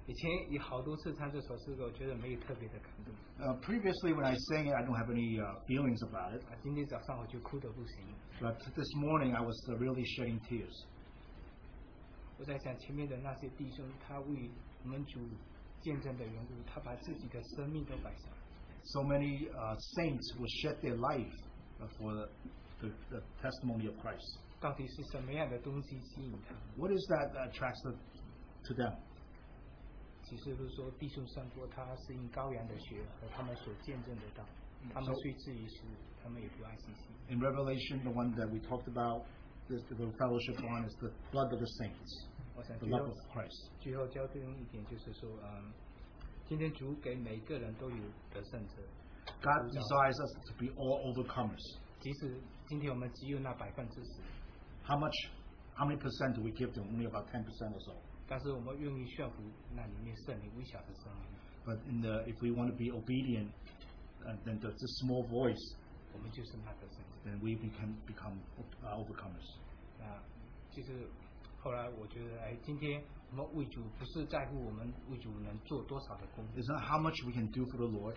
以前有好多次唱这首诗歌，我觉得没有特别的感动。
uh, previously when I sang it, I don't have any uh, feelings about it.
啊，今天早上我就哭得不行了。
But this morning I was uh, really shedding tears.
我在想前面的那些弟兄，他为我们主见证的缘故，他把自己的生命都摆上。
So many uh, saints will shed their life uh, for the, the, the testimony of Christ.
到底是什么样的东西吸引他？
What is that that attracts them to them?
只是不是说弟兄上桌，他是因羔羊的血和他们所见证的道，他们虽至于死，他们也不爱惜性。
In Revelation, the one that we talked about, this, the fellowship on, is the blood of the saints,
我想
the
最
love
后
of Christ.
最后交代一点就是说，嗯，今天主给每个人都有得胜者，
God desires us to be all overcomers.
即使今天我们只有那百分之十，
How much, how many percent do we give them? Only about 10% or so.
但是我们愿意驯服那里面圣灵微小的生命，
But in the, if we want to be obedient, uh, then the, the small voice,
我们就是那得胜者。
then we become, become uh, overcomers.
啊，就是后来我觉得，哎，今天我们为主不是在乎我们为主能做多少的功，
It's not how much we can do for the Lord,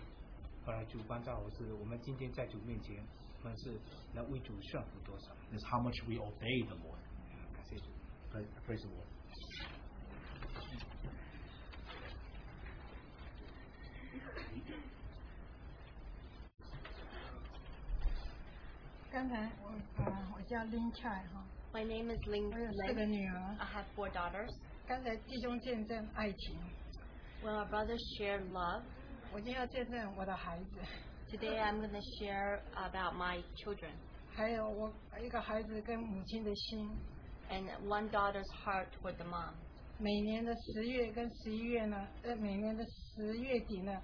后来主关照我是，我们今天在主面前，我们是能为主顺服多少。
it's how much we obey the Lord.
感谢主。
Praise, praise the Lord.
嗯
My name is Ling
我有
Ling.
四个女儿。
I have four daughters.
刚才弟兄见证爱情，
When our brothers share love,
我今天要见证我的孩子，
today I'm going to share about my children
还有我一个孩子跟母亲的心。
and one daughter's heart toward the mom.
每年的十月跟十一月呢，呃，每年的十月底呢，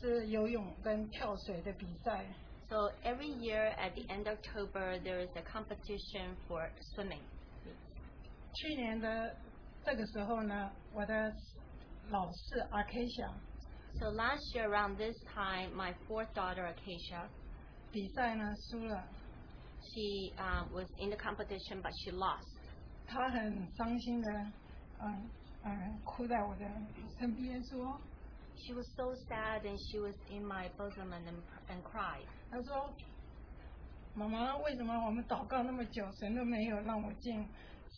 是游泳跟跳水的比赛。
So every year at the end of October, there is a competition for swimming.
去年的这个时候呢，我的老四阿 K 小
So last year around this time, my fourth daughter, Acacia,
比赛呢输了，
she um, was in the competition, but she lost.
她很伤心的，嗯嗯，哭在我的身边说，
She was so sad and she was in my bosom and, and cried.
他说：“妈妈，为什么我们祷告那么久，神都没有让我进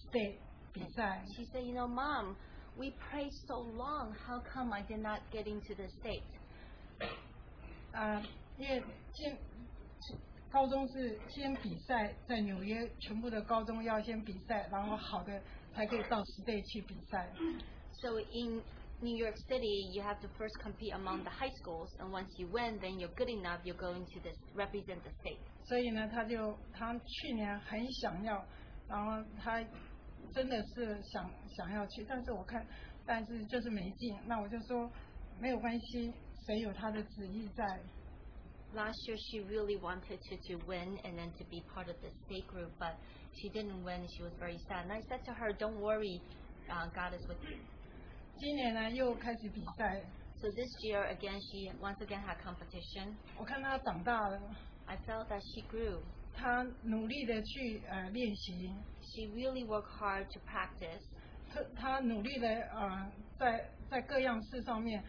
state 比赛？
She said, You know, Mom, we prayed so long. How come I did not get into the state?
啊，因为进高中是先比赛，在纽约全部的高中要先比赛，然后好的才可以到 state 去比赛。
So in New York City, you have to first compete among the high schools, and once you win, then you're good enough, you're going to this, represent the state.
所以呢，他就他去年很想要，然后他真的是想想要去，但是我看，但是就是没进。那我就说没有关系，神有他的旨意在。”
Last year, she really wanted to, to win and then to be part of the state group, but she didn't win. She was very sad. And I said to her, Don't worry, uh, God is with you.
今年呢又开始比赛，
So this year again, she once again had competition.
我看他长大了，
I felt that she grew.
他努力的去呃练习，
She really worked hard to practice.
他他努力的呃在在各样事上面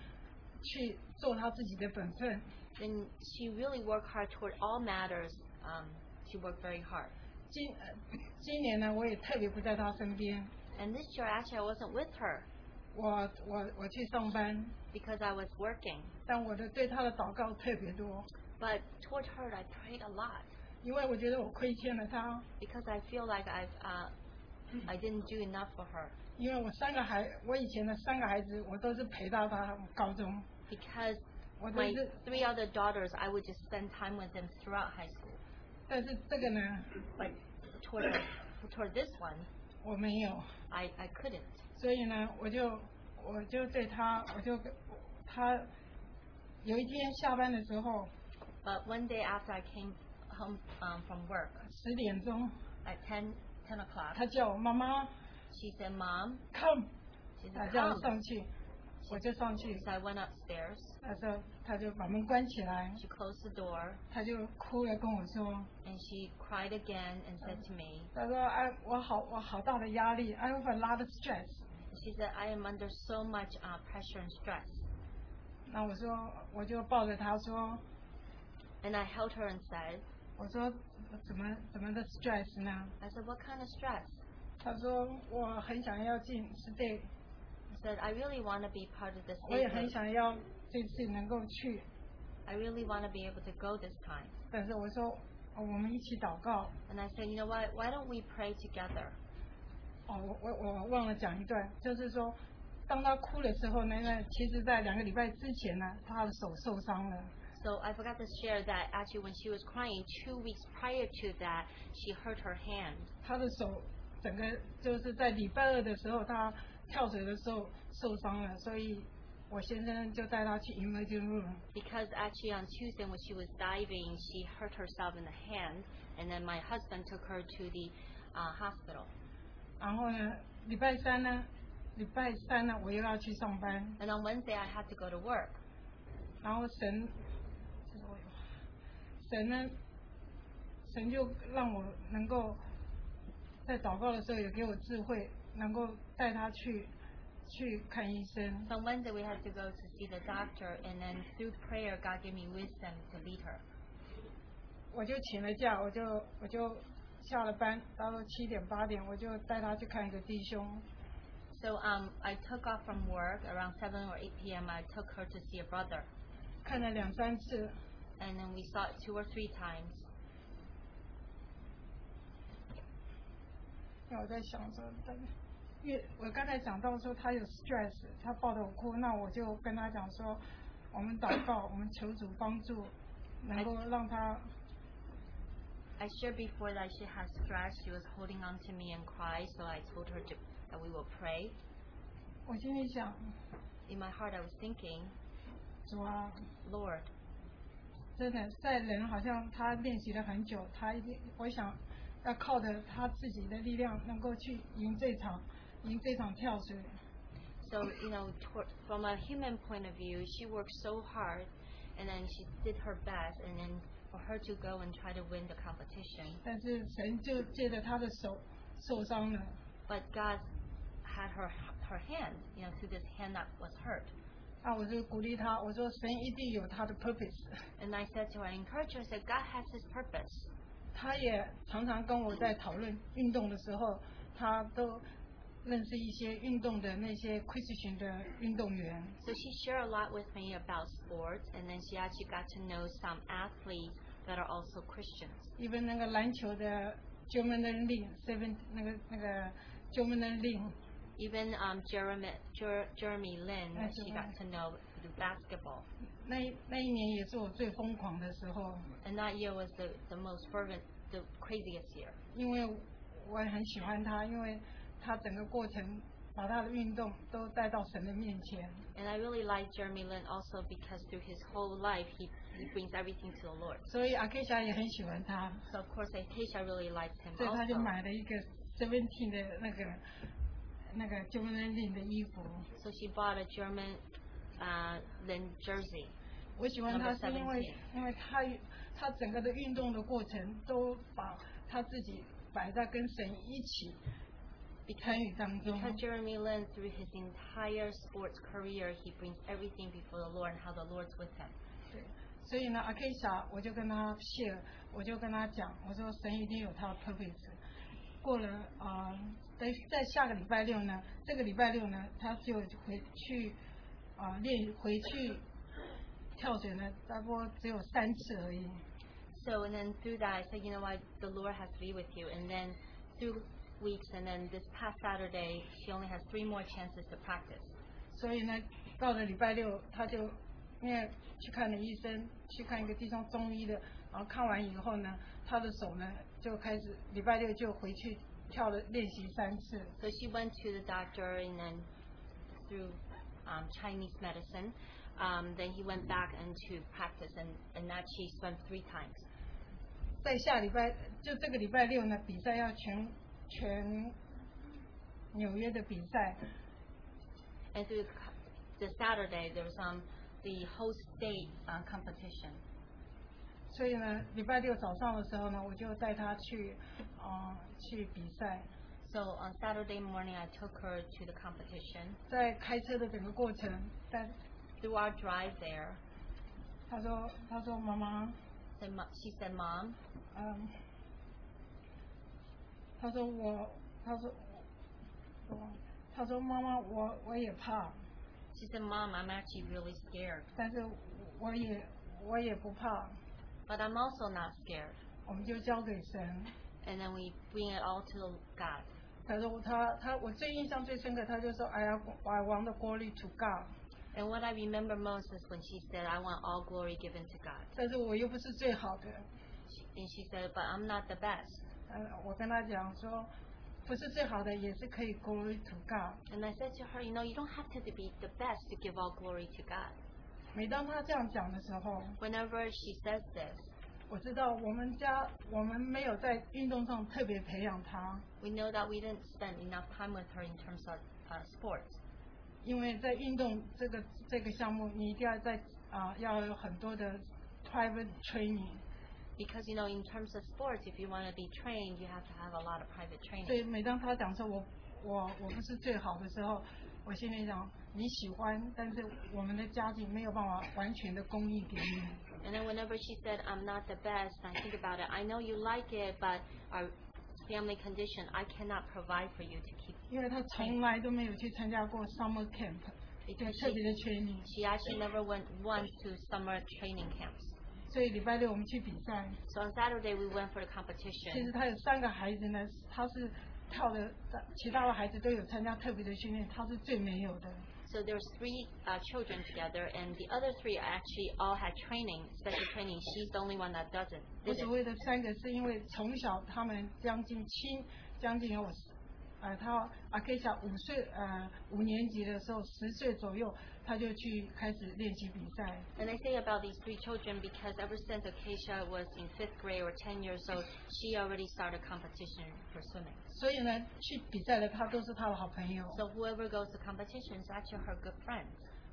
去做他自己的本分，
And she really worked hard toward all matters. Um, she worked very hard.
今呃今年呢，我也特别不在他身边，
And this year, actually, I wasn't with her
我我我去上班，
because I was working.
但我的对他的祷告特别多，
But toward her, I prayed a lot
因为我觉得我亏欠了他，
because I feel like I've uh, I didn't do enough for her
因为我三个孩，我以前的三个孩子，我都是陪到他高中，
because
我都
my
是，
three other daughters, I would just spend time with them throughout high school.
但是这个呢，
But toward her, toward this one,
我没有，
I, I couldn't.
所以呢，我就我就对他，我就他有一天下班的时候，
But one day after I came home um, from work
十点钟，
at 10, 10 o'clock,
他叫我妈妈
she said, "Mom,
come，
she
他
said,
叫我
come."
上去，我就上去，
So I went upstairs.
他说他就把门关起来，
She closed the door
他就哭了跟我说，
and she cried again and said to me,
他说哎，我好我好大的压力，I 啊 have a lot of stress。
she said, "I am under so much uh, pressure and stress."
那我说我就抱着他说，
And I held her and said,
我说怎么怎么的 stress 呢？
"I said, what kind of stress?"
他说我很想要进是对，
I said, "I really want to be part of this
我也很
group.
想要这次能够去
I really want to be able to go this time."
但是我说哦我们一起祷告。
And I said, "You know what? Why don't we pray together?"
哦，我我我忘了讲一段，就是说，当他哭的时候呢，那其实在两个礼拜之前呢，他的手受伤了。
So I forgot to share that actually when she was crying two weeks prior to that, she hurt her hand.
他的手整个就是在礼拜二的时候，他跳水的时候受伤了，所以我先生就带他去 emergency room。
Because actually on Tuesday when she was diving, she hurt herself in the hand, and then my husband took her to the uh, hospital.
然后呢，礼拜三呢，礼拜三呢，我又要去上班。
And on Wednesday I had to go to work.
然后神，神呢，神就让我能够在祷告的时候也给我智慧，能够带他去去看医生。
So on Wednesday we had to go to see the doctor, and then through prayer God gave me wisdom to lead her.
我就请了假，我就我就下了班，到了七点八点，我就带他去看一个弟兄。
So um, I took off from work around 7 or 8 p.m. I took her to see a brother,
看了两三次，
and then we saw it two or three times.
那我在想说，但因为我刚才讲到说他有 stress，他抱着我哭，那我就跟他讲说，我们祷告，我们求主帮助，能够让他
I shared before that she had stress. She was holding on to me and cried, so I told her to, that we will pray.
我心里想，
In my heart, I was thinking,
主啊，
Lord,
真的在人好像他练习了很久，他一定，我想要靠着他自己的力量，能够去赢这场，赢这场跳水。
so you know, toward, from a human point of view, she worked so hard, and then she did her best, and then for her to go and try to win the competition,
但是神就借着他的手受伤了，
but God had her her hand, you know, through this hand that was hurt.
那我就鼓励他，我说神一定有他的 purpose。
And I said to her, I encouraged her, I said, God has His purpose.
他也常常跟我在讨论运动的时候，他都认识一些运动的那些 Christian 的运动员。
So she shared a lot with me about sports, and then she actually got to know some athletes that are also Christians.
因为那个篮球的 German Lin Seven 那个那个 German Lin，
Even um, Jeremy, Jer- Jeremy Lin, that
That's
she
right.
got to know through basketball.
那一那一年也是我最疯狂的时候，
And that year was the, the most fervent, the craziest year.
因为我也很喜欢他，因为他整个过程把他的运动都带到神的面前。
And I really like Jeremy Lin also because through his whole life, he, he brings everything to the Lord.
所以阿 K 侠也很喜欢他，
So, of course, Acacia really liked him
所以他就
also.
买了一个 Seventeen 的那个那个 German Lin 的衣服。
So she bought a German uh, than Jersey.
我喜欢他是因
Number
为
17，
因为他他整个的运动的过程都把他自己摆在跟神一起参与当中。
Because Jeremy Lin, through his entire sports career, he brings everything before the Lord and how the Lord's with him.
对，所以呢，阿 K 莎，我就跟他 share，我就跟他讲，我说神一定有他的 purpose。过了啊，呃在、在下个礼拜六呢，这个礼拜六呢，他就回去啊、呃练回去跳水呢，差不多只有三次而已。
So, and then through that, I said, you know what, the Lord has to be with you. And then through weeks, and then this past Saturday, she only has three more chances to practice.
所以呢，到了礼拜六，他就因为去看了医生，去看一个地方中医的，然后看完以后呢，他的手呢就开始礼拜六就回去跳了练习三次。
So she went to the doctor, and then through um, Chinese medicine, um, then he went back into practice, and, and that she swam three times.
在下礼拜就这个礼拜六呢，比赛要全全纽约的比赛，
And through the co- the Saturday, there was um, the whole state uh, competition.
所以呢，礼拜六早上的时候呢，我就带他去啊、呃去比赛。
So on Saturday morning, I took her to the competition.
在开车的整个过程，但
Through our drive there,
他说他说妈妈，
said, "Mo- she said, Mom,
嗯，他说我，他说我，他说妈妈，我我也怕，
she said, Mom, I'm actually really scared,
但是我也我也不怕，
but I'm also not scared.
我们就交给神。
And then we bring it all to God.
他说他他我最印象最深刻，他就说哎呀，我 I want the glory to God，
And what I remember most is when she said, I want all glory given to God.
但是我又不是最好的，
She, and she said, But I'm not the best.
呃，我跟他讲说，不是最好的也是可以 glory to God。
And I said to her, You know, you don't have to be the best to give all glory to God.
每当他这样讲的时候，
Whenever she says this,
我知道我们家我们没有在运动上特别培养他，
we know that we didn't spend enough time with her in terms of uh, sports.
因为在运动这个这个项目，你一定要在啊、要有很多的 private training，
Because, you know, in terms of sports, if you want to be trained, you have to have a lot of private
所
training.
以每当他讲说我我我不是最好的时候，我心里想你喜欢，但是我们的家境没有办法完全的供应给你，
And then whenever she said, I'm not the best, I think about it. I know you like it, but our family condition, I cannot provide for you to keep.
因为他从来都没有去参加过 summer camp，一个
Because
特
she
别的 training，
She actually never went once to summer training camps.
所以礼拜六我们去比赛，
So on Saturday we went for the
其实
competition.
他有三个孩子呢，他是跳的，其他的孩子都有参加特别的训练，他是最没有的。
So there's three uh, children together, and the other three are actually all had training, special training. She's the only one that doesn't.
我
didn't.
所谓的三个是因为从小他们将近七，将近有我十，呃，他阿 K 小五岁，呃，五年级的时候，十岁左右，他就去开始练习比赛。
And I say about these three children because ever since Acacia was in fifth grade or 10 years old, she already started competition for swimming.
所以呢，去比赛的他都是他的好朋友。
So whoever goes to competition is actually her good friend.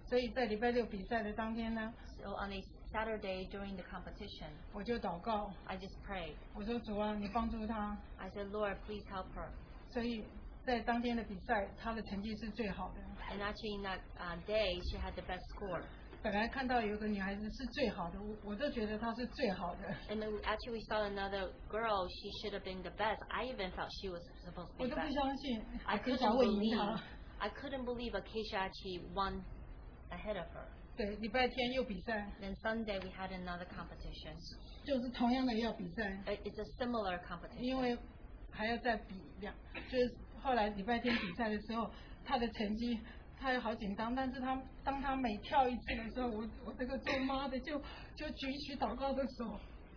所以在礼拜六比赛的当天呢，
So on a Saturday during the competition,
我就祷告，
I just prayed.
我说主啊，你帮助他。
I said, Lord, please help her.
所以在当天的比赛，他的成绩是最好的。
And actually, in that uh, day, she had the best score.
本来看到有一个女孩子是最好的，我我都觉得她是最好的。
And then we actually, we saw another girl. She should have been the best. I even felt she was supposed to
我
be
都不
best.
相信
I
阿 K 小
couldn't
会赢
believe.
*laughs* 她。
I couldn't believe Acacia actually won ahead of her.
对，礼拜天又比赛，
Then Sunday we had another competition.
就是同样的要比赛，
It- It's a similar
因
competition.
为还要再比两，就是后来礼拜天比赛的时候，她的成绩。她也好紧张，但是她当她每跳一次的时候，我我这个做妈的就就举起祷告的手，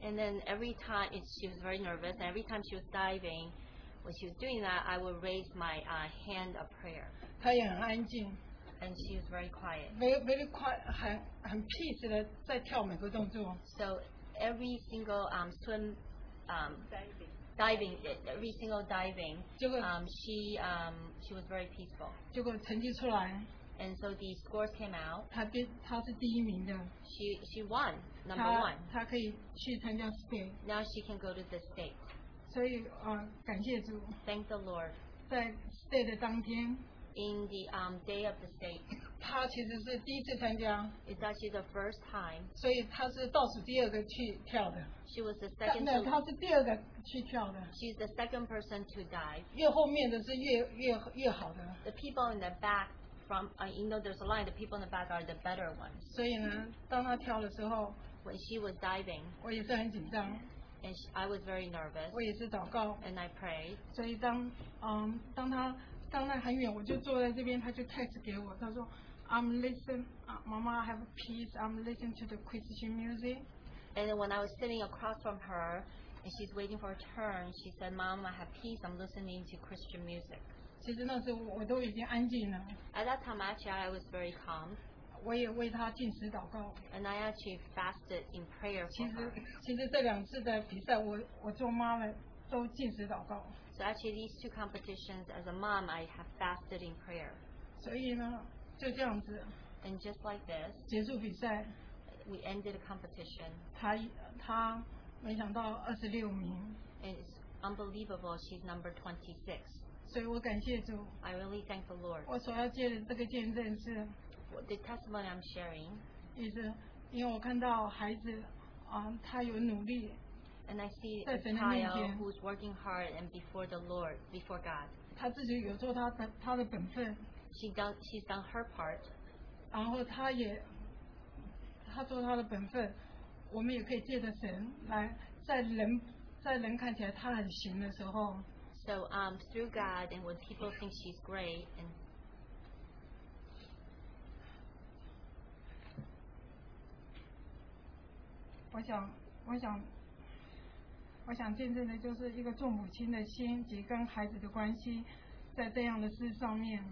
And then every time it, she was very nervous, and every time she was diving, when she was doing that, I would raise my uh, hand of prayer.
她也很安静，
And she was very quiet.
very very 快，很很 peace 的在跳每个动作。
So every single um, swim, um, diving, e- every single diving,
结果
um, she um, she was very peaceful.
结果成绩出来，
And so the scores came out.
他第他是第一名的，
She she won number
他
one.
他可以去参加 stay，
Now she can go to the state.
所以呃感谢主，
Thank the Lord.
在 stay 的当天，
In the um, day of the state,
他其实是第一次参加，
it's actually the first time
所以他是倒数第二个去跳的，
she was the
但
second.
那
To,
他是第二个去跳的，
she's the second person to dive.
越后面的是越越越好的，
The people in the back from uh, you know there's a line. The people in the back are the better ones.
所以呢，当他跳的时候，
When she was diving,
我也是很紧张，
and she, I was very nervous,
我也是祷告，
and I prayed.
所以当嗯当他当他很远，我就坐在这边，他就 text 给我，他说 I'm listen，啊妈妈 have peace, I'm listen to the Christian music。
And then when I was sitting across from her, and she's waiting for her turn, she said, "Mom, I have peace. I'm listening to Christian music."
其实那时候我我都已经安静了，
At that time, actually, I was very calm,
我也为他进食祷告。
and I actually fasted in prayer
其
for
实
her.
其实这两次的比赛我，我做妈了都进食祷告，
So actually, these two competitions, as a mom, I have fasted in prayer.
所以呢就这样子
And just like this,
结束比赛。
we ended the competition.
他他没想到二十六名，
And it's unbelievable. She's number 26.
所以我感谢主。
I really thank the Lord.
我所要借的这个见证是，
The testimony I'm sharing,
也是因为我看到孩子啊、他有努力，
and I see
Yes,
a
and I mean,
child
yeah.
who's working hard and before the Lord, before God.
他自己有做他的他的本分，
She done, she's done her part,
然后他也他做他的本分，我们也可以借着神来，在人在人看起来他很行的时候，
So um, through God, and when people think she's great, and
我想我想。我想见证的就是一个做母亲的心及跟孩子的关系，在这样的事上面，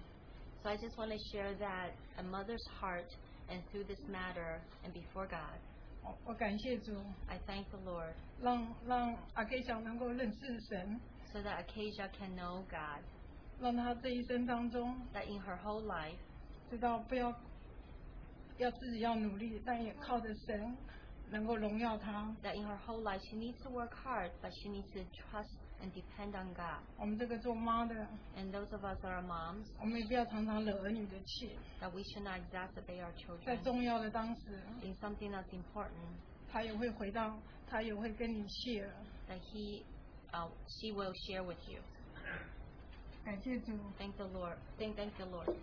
so I just want to share that a mother's heart, and through this matter, and before God,
我我感谢主，
I thank the Lord
让让阿 K 小能够认识神，
so that Acacia can know God,
让他这一生当中
that in her whole life
知道不要要自己要努力，但也靠着神能够荣耀他。
that in her whole life she needs to work hard, but she needs to trust and depend on God.
我们这个做妈的，
And those of us that are moms,
我们也不要常常惹儿女的气，
that we should not exacerbate our
在
children
重要的当时，
in something that's important,
他也会回到，他也会跟你谢了。
that he, uh, she will share with you.
感谢主，
Thank the Lord. Thank, thank the Lord.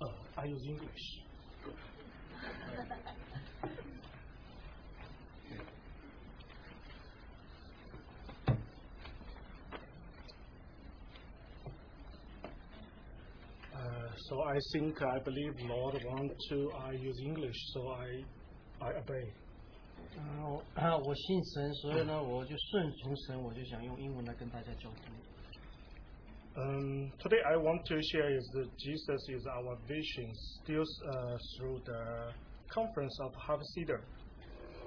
呃 I use English. Uh, so I think I believe Lord want to I use English, so I I obey.
啊，我啊，我信神，所以呢，我就顺从神，我就想用英文来跟大家交通。
Um, today I want to share is that Jesus is our vision still uh, through the conference of Harvest Cedar.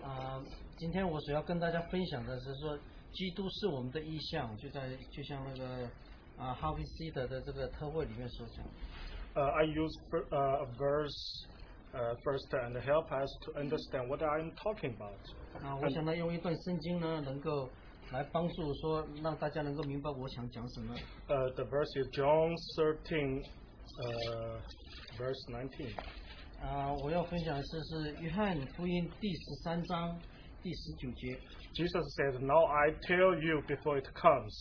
啊，今天我所要跟大家分享的是说，基督是我们的意向，就在就像那个啊哈维西德的这个特会里面所讲。
Uh, I use fir- uh, a verse uh, first and help us to understand what I'm talking about.
啊，我想呢，用一段圣经呢，能够来帮助说，让大家能够明白我想讲什么。
Uh, the verse is John 13, uh, verse 19.
啊，我要分享的是是约翰福音第十三章第十九节。
Jesus said, Now I tell you before it comes,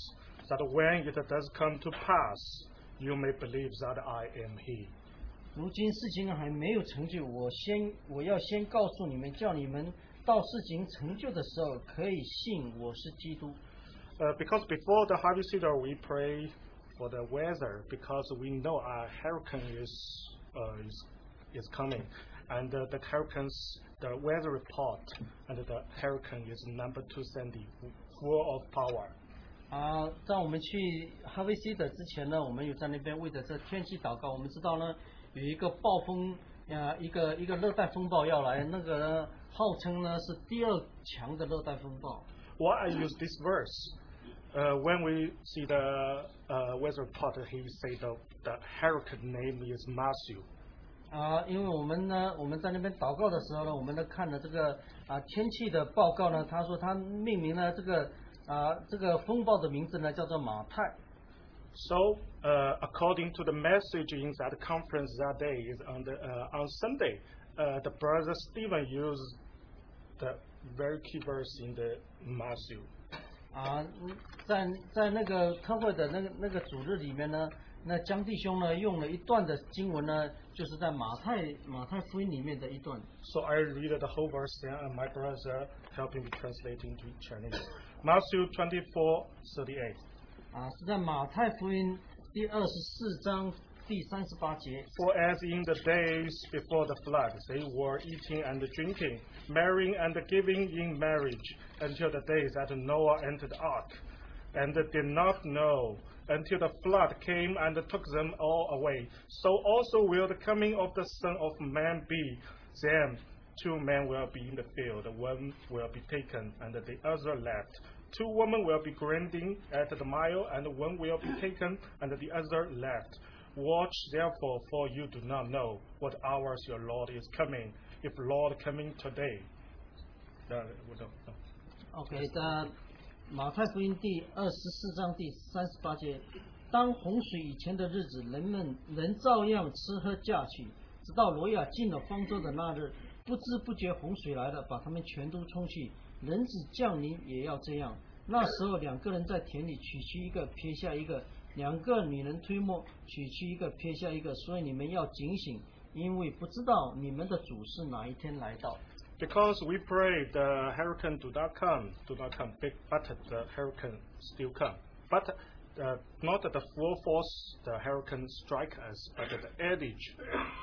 that when it does come to pass, you may believe that I am He.
如今事情还没有成就，我先我要先告诉你们，叫你们到事情成就的时候，可以信我是基督。
Uh, because before the harvest season, we pray for the weather because we know a hurricane is uh, is, is coming, and uh, the hurricanes, the weather report, and the hurricane is number two Sandy, full of power.
啊，在我们去哈维西德之前呢，我们有在那边为着这天气祷告。我们知道呢，有一个暴风，呃，一个一个热带风暴要来，那个呢号称呢是第二强的热带风暴。
Why I use this verse? uh, when we see the uh, weather report, he said the, the hurricane name is Matthew.
啊、因为我们呢，我们在那边祷告的时候呢，我们呢看了这个啊、天气的报告呢，他说他命名了这个啊、这个风暴的名字呢叫做马太。
So, uh, according to the message in that conference that day, is on, the, uh, on Sunday, uh, the brother Stephen used the very key verse in the Matthew.
啊，嗯在在那个特会的那个那个主日里面呢，那江弟兄呢用了一段的经文呢，就是在马太马太福音里面的一段。
So I read the whole verse there, and my brother helping me translate into Chinese. Matthew 24, 38.
啊，是在马太福音第二十四章第三十八节。
For as in the days before the flood, they were eating and drinking, marrying and giving in marriage, until the days that Noah entered the ark, and they did not know until the flood came and took them all away. So also will the coming of the Son of Man be. Then two men will be in the field, one will be taken and the other left. Two women will be grinding at the mile, and one will be taken and the other left. Watch therefore, for you do not know what hours your Lord is coming. If Lord coming today, no, we don't know.
OK，在马太福音第二十四章第三十八节，当洪水以前的日子，人们人照样吃喝嫁娶，直到罗亚进了方舟的那日，不知不觉洪水来了，把他们全都冲去。人子降临也要这样。那时候，两个人在田里取去一个，撇下一个；两个女人推磨，取去一个，撇下一个。所以你们要警醒，因为不知道你们的主是哪一天来到。
Because we pray the hurricane do not come, do not come, big, but the hurricane still come. But uh, not the full force the hurricane strike us, but the edge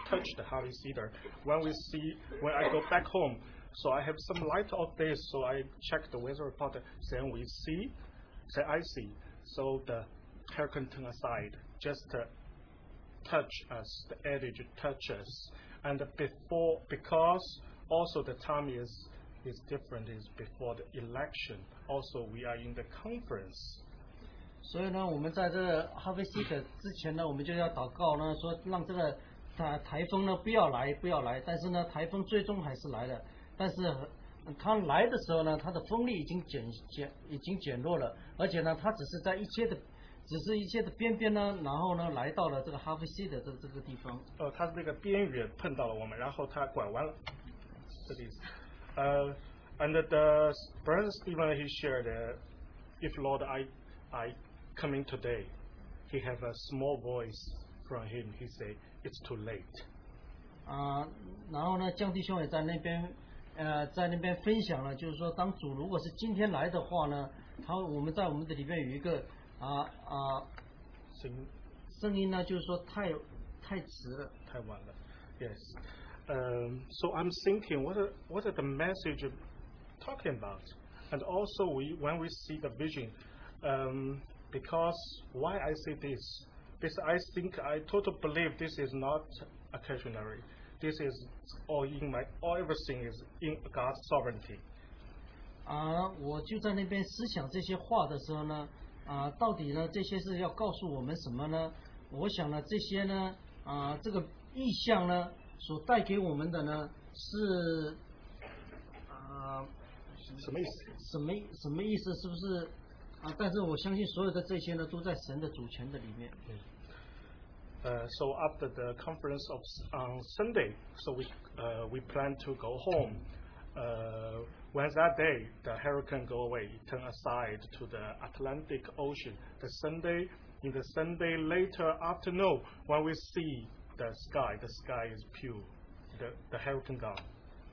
touch the holy cedar. When we see, when I go back home, so I have some light of this, so I check the weather report, then we see, then I see. So the hurricane turn aside, just uh, touch us, the edge touch us. And before, because also the time is, is different, is before the election. Also, we are in the conference.
所以呢，我们在这个哈菲西克之前呢，我们就要祷告呢，说让这个台台风呢不要来，不要来。但是呢，台风最终还是来了。但是呃它来的时候呢，它的风力已经减减已经减弱了，而且呢，它只是在一切的只是一切的边边呢，然后呢来到了这个哈菲西的这这个地方。
呃，它是那个边缘碰到了我们，然后它拐弯了，这里。呃，and the brother Stephen he shared, uh, if Lord I I coming today, he have a small voice from him. He say it's too late.
啊、然后呢，江弟兄也在那边，呃，在那边分享了，就是说，当主如果是今天来的话呢，他我们在我们的里面有一个啊啊、
声音
声音呢，就是说太太迟了。
太晚了。Yes. Um, so I'm thinking, what are, what are the message talking about? And also, we when we see the vision, um, because why I say this? Because I think I totally believe this is not occasionary. This is all in my all everything is in God's sovereignty.
啊、我就在那边思想这些话的时候呢，啊、到底呢这些是要告诉我们什么呢？我想呢这些呢，啊、这个意象呢所带给我们的呢是啊、
什么意思？
什么什么意思？是不是啊？但是我相信所有的这些呢，都在神的主权的里面。
Uh, so after the conference of s- on Sunday, so we uh, we plan to go home. Uh, when that day the hurricane go away, it turn aside to the Atlantic Ocean. The Sunday in the Sunday later afternoon, when we see the sky, the sky is pure. The the hurricane gone.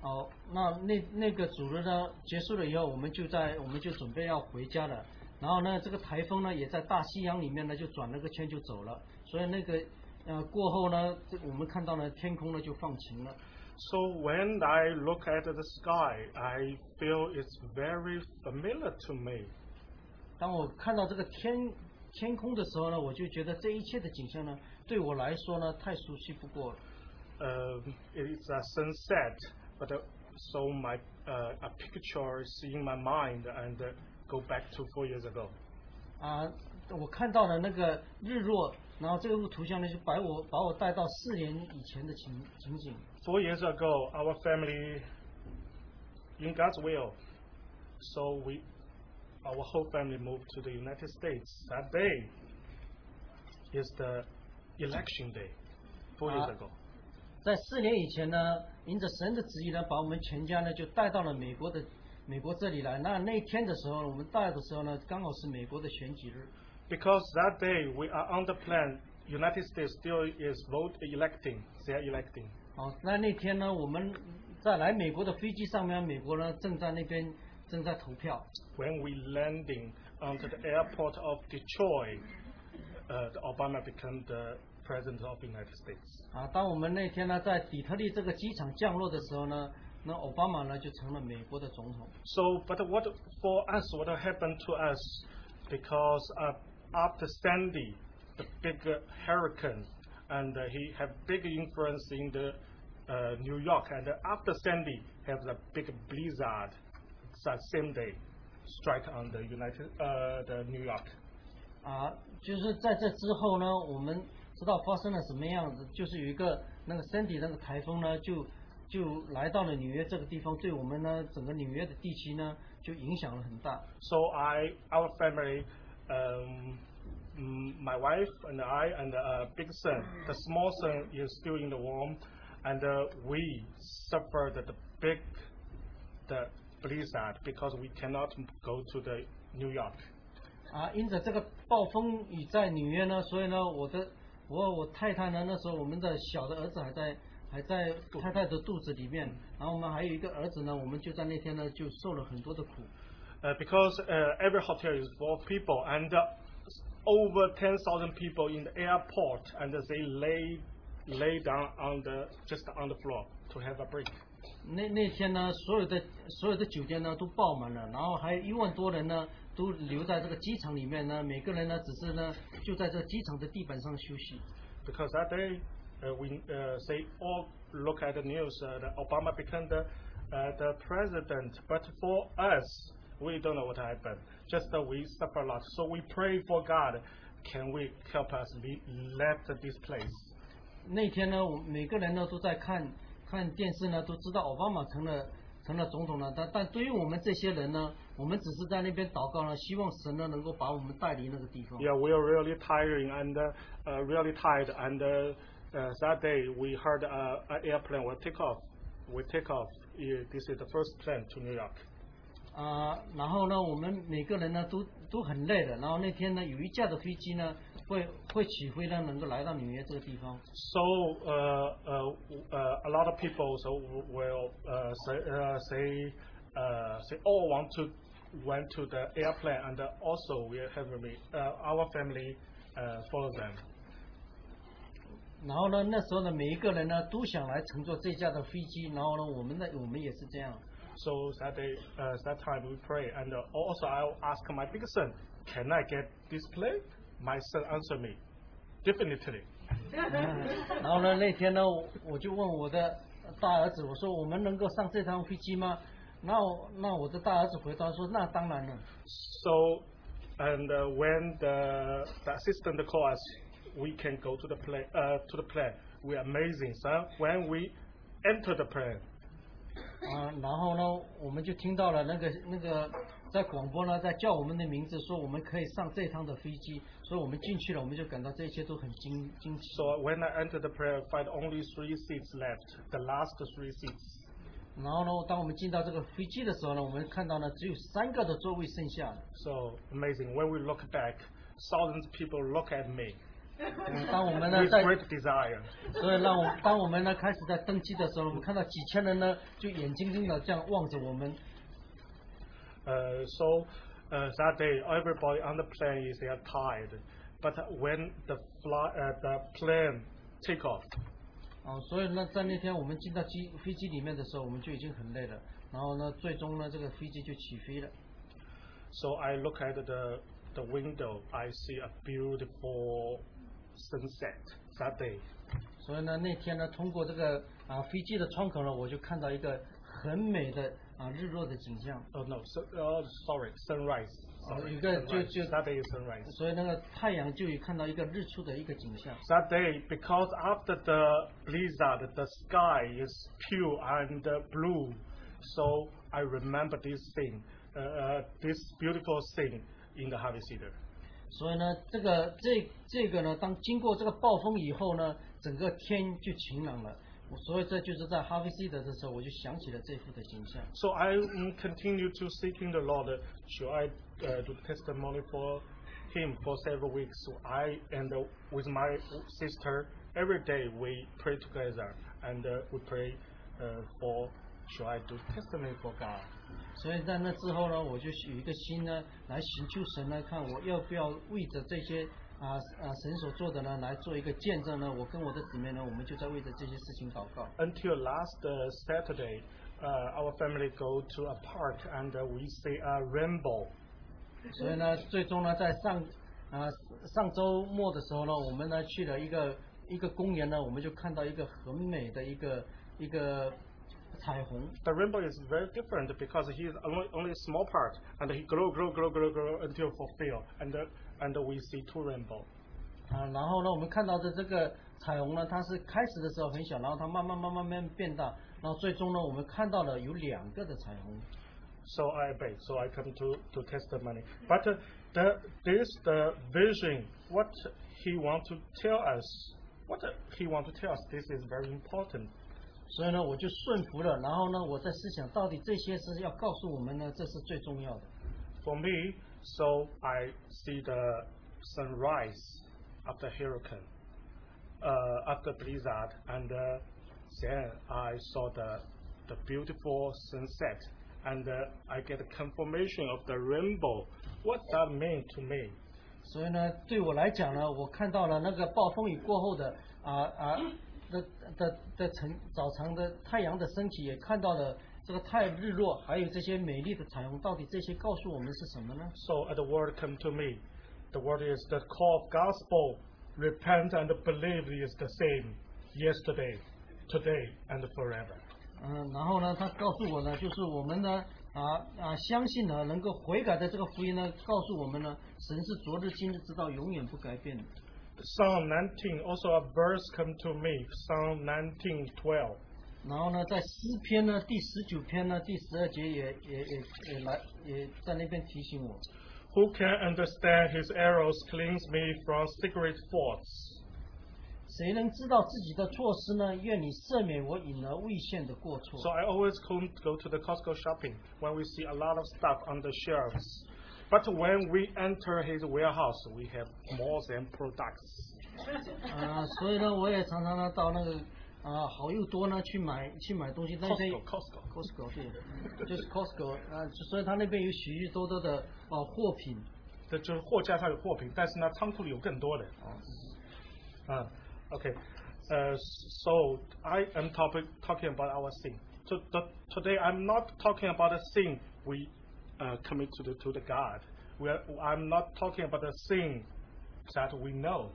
好，那那那个主日呢结束了以后，我们就在我们就准备要回家了。然后呢，这个台风呢也在大西洋里面呢就转了个圈就走了。所以那个呃过后呢，这我们看到呢天空呢就放晴了。
So when I look at the sky, I feel it's very familiar to me.
当我看到这个天天空的时候呢，我就觉得这一切的景象呢对我来说呢太熟悉不过了。
um, it's a sunset, but uh, so my uh, a picture is in my mind and uh, go back to four years ago.
啊，我看到了那个日落，然后这个图像呢就把我把我带到四年以前的情情景。
Four years ago, our family, in God's will, so we, our whole family moved to the United States. That day is the election day, four years
Ah.
ago.
在四年以前呢，迎着神的旨意呢，把我们全家呢就带到了美国的美国这里来。那那天的时候，我们带的时候呢，刚好是美国的选举日。
Because that day we are on the plan, United States still is vote electing, they are electing.
好，那那天呢，我们在来美国的飞机上面，美国呢正在那边正在投票。
When we landing onto the airport of Detroit, uh, the Obama became the president of the United States.
啊，当我们那天呢在底特律这个机场降落的时候呢，那奥巴马呢就成了美国的总统。
So, but what for us, what happened to us, because uh, after Sandy, the big uh, hurricane, and uh, he have big influence in the uh, New York, and after Sandy, have the big blizzard, that same day, strike on the United, uh, the New York.
啊，就是在这之后呢，我们知道发生了什么样子，就是有一个那个 Sandy 那个台风呢，就就来到了纽约这个地方，对我们呢整个纽约的地区呢就影响了很大。
So I, our family, um, mm, my wife and I and uh, big son, the small son is still in the womb, and uh, we suffered the big, the blizzard because we cannot go to the New York.
啊，因着这个暴风雨在纽约呢，所以呢，我的我我太太呢，那时候我们的小的儿子还在还在太太的肚子里面，然后我们还有一个儿子呢，我们就在那天呢就受了很多的苦。
Uh, because uh, every hotel is for people, and uh, s- over 10,000 people in the airport, and they lay lay down on the just on the floor to have a break.
那那天呢，所有的所有的酒店呢都爆满了，然后还有一万多人呢都留在这个机场里面呢，每个人呢只是呢就在这机场的地板上休息。
because that day uh, we uh, say all look at the news uh, that Obama became the uh, the president, but for us we don't know what happened. Just that we suffer a lot, so we pray for God. Can we help us be left this place?
那天呢，我每个人呢都在看看电视呢，都知道奥巴马成了成了总统了，但但对于我们这些人呢，我们只是在那边祷告呢，希望神呢能够把我们带离那个地方。
Yeah, we are really tiring and uh, uh, really tired. And uh, uh, that day we heard uh, an airplane will take off. We take off. Yeah, This is the first plane to New York.
啊、然后呢，我们每个人呢都都很累了，然后那天呢有一架的飞机呢会会起飞呢，能够来到纽约这个地方。
So uh, uh, uh, a lot of people so w- will uh, say uh, say, uh, say oh want to went to the airplane and uh, also we have uh, our family uh, follow them.
然后呢，那时候呢，每一个人呢都想来乘坐这架的飞机。然后呢，我们呢，我们也是这样。
So that day, uh, that time we pray and uh, also I will ask my big son, can I get this plane? My son answered me, definitely.
嗯然后呢，那天呢，我我就问我的大儿子，我说我们能够上这趟飞机吗？那我那我的大儿子回答说，那当然了。
So, and uh, when the, the assistant called us, we can go to the plane. Uh, to the plane, we are amazing. So when we enter the plane,
啊，然后呢，我们就听到了那个那个在广播呢在叫我们的名字，说我们可以上这趟的飞机，所以我们进去了，我们就感到这一切都很惊惊奇。
so when I enter the plane, I find only three seats left. The last three seats.
然后呢，当我们进到这个飞机的时候呢，我们看到呢只有三个的座位剩下了。
So amazing. When we look back, thousands of people look at me
嗯当我们呢
with
在
great desire.
所以让我当我们呢开始在登机的时候，我们看到几千人呢就眼睁睁的这样望着我们。
Uh, so uh, that day, everybody on the plane is they are tired. But when the fly, uh, the plane take off,
啊，所以呢，在那天我们进到机飞机里面的时候，我们就已经很累了。然后呢，最终呢，这个飞机就起飞了。
So I look at the the window. I see a beautiful sunset that day.
所以呢，那天呢，通过这个啊飞机的窗口呢，我就看到一个很美的啊日落的景象。
Oh no, so, oh, sorry, sunrise.
哦，一个就就
Saturday sunrise.
所以那个太阳就看到一个日出的一个景象。
That day, because after the blizzard, the sky is pure and uh, blue. So I remember this thing, uh, uh, this beautiful thing in the harvest cedar.
所以呢，这个这这个呢，当经过这个暴风以后呢，整个天就晴朗了。我所以这就是在哈维西德的时候，我就想起了这幅的景象。
So I will continue to seeking the Lord. Should I uh, do testimony for Him for several weeks? So I and uh, with my sister every day we pray together and uh, we pray uh, for. Should I do testimony for God?
所以在那之后呢，我就有一个心呢，来寻求神呢，看我要不要为着这些啊啊神所做的呢，来做一个见证呢。我跟我的姊妹呢，我们就在为着这些事情祷告。
Until last uh, Saturday, uh, our family go to a park and uh, we see a rainbow.
所以呢，最终呢，在上啊、上周末的时候呢，我们呢去了一个一个公园呢，我们就看到一个很美的一个一个彩虹。
The rainbow is very different because he is only, only a small part and he grow, grow, grow, grow, grow until fulfill and uh, and we see two rainbow.
啊，然后呢，我们看到的这个彩虹呢，它是开始的时候很小，然后它慢慢慢慢慢慢变大，然后最终呢，我们看到了有两个的彩虹。
So I obey. So I come to, to testimony. But uh, the, this the vision. What he want to tell us. What he want to tell us. This is very important.
所以呢，我就顺服了。然后呢，我在思想到底这些是要告诉我们呢，这是最重要的。
For me, so I see the sunrise after hurricane, uh, after blizzard, and uh, then I saw the the beautiful sunset, and uh, I get confirmation of the rainbow. What that mean to me?
所以呢，对我来讲呢，我看到了那个暴风雨过后的啊啊的的的晨早晨的太阳的升起，也看到了这个太日落，还有这些美丽的彩虹，到底这些告诉我们是什么呢？
So uh, the word come to me. The word is the call of gospel. Repent and believe is the same yesterday, today, and forever.
嗯，然后呢，他告诉我呢，就是我们呢啊啊相信呢，能够悔改的这个福音呢，告诉我们呢，神是昨日今日直到永远不改变的。
Psalm 19, also a verse come to me, Psalm 19, 12.
然后呢，在诗篇呢第十九篇呢第十二节也也也也来也在那边提醒我，
Who can understand his arrows cleanse me from secret faults?
谁能知道自己的错失呢？愿你赦免我引而未现的过
So
错。
I always come, go to the Costco shopping when we see a lot of stuff on the shelves. But when we enter his warehouse, we have more than products.
啊、所以呢，我也常常呢到那个啊、好又多呢去买去买东西，但是
Costco, Costco.
Costco 对，就是 Costco 啊、所以他那边有许许多多的啊、货品。
这就是货架上有货品，但是呢，仓库里有更多的。啊、o k 呃、s o I am topic talking about our sin. So the, today I'm not talking about the sin we uh, commit to the to the God. We are, I'm not talking about the sin that we know.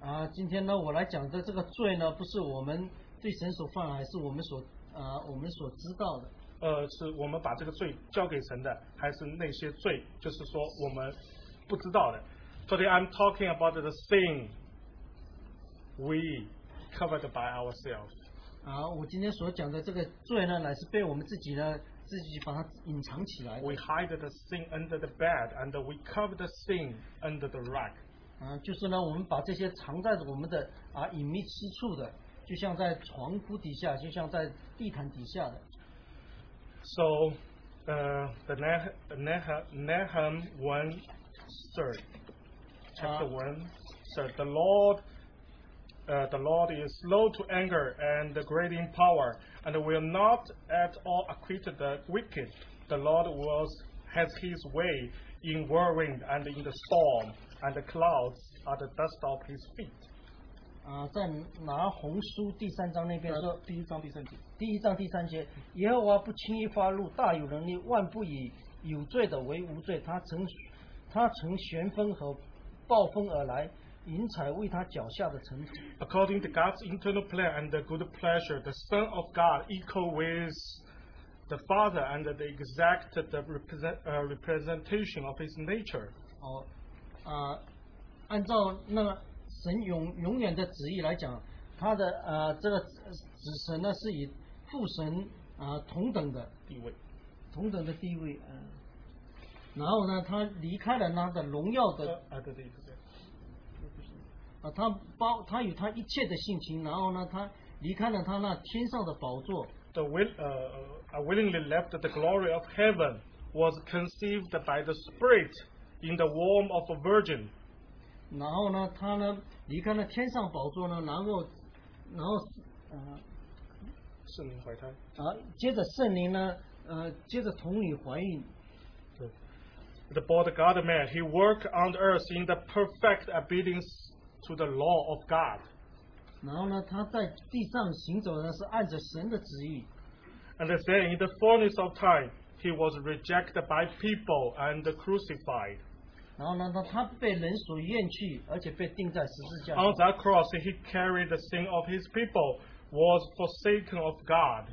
啊，今天呢，我来讲的这个罪呢，不是我们对神所犯，还是我们所啊、我们所知道的。
呃，是我们把这个罪交给神的，还是那些罪，就是说我们不知道的？Today I'm talking about the sin we covered by ourselves.
啊，我今天所讲的这个罪呢，乃是被我们自己呢自己把它隐藏起来的
We hide the sin under the bed and we cover the sin under the rug.
啊，就是呢，我们把这些藏在我们的啊隐秘之处的，就像在床铺底下，就像在地毯底下的。
So uh, the Nah- Nah- Nahum 1 3, chapter 1 said, The Lord. Uh, the Lord is slow to anger and great in power, and will not at all acquit the wicked. The Lord was, has his way in whirlwind and in the storm, and the clouds are the dust of his feet.
啊，在拿红书第三章那边说，呃第一章第三节，第一章第三节，耶和华不轻易发怒，大有能力，万不以有罪的为无罪，他乘他乘旋风和暴风而来，云彩为他脚下的尘土。
According to God's internal plan and the good pleasure, the Son of God equal with the Father and the exact the represent, uh, representation of His nature.
哦，啊、按照那个神永永远的旨意来讲，他的呃这个子子神呢是以父神啊、呃同等的地位，同等的地位，嗯、然后呢，他离开了那个荣耀
Uh,
的
uh, the- the exact.
啊，他包他与他一切的性情，然后呢，他离开了他那天上的宝座，
the will, uh, uh, willingly left the glory of heaven was conceived by the Spirit in the womb of a virgin.
然后呢，他呢离开了天上宝座呢，然后然后呃
圣灵怀胎。
啊，接着圣灵呢，呃，接着童女怀孕，
The bold God man, he worked on earth in the perfect obedience to the law of God.
然后呢，他在地上行走呢是按着神的旨意，
And then in the fullness of time, he was rejected by people and crucified.
然后呢，他他被人所厌弃，而且被钉在十字架上
On that cross, he carried the sin of his people, was forsaken of God.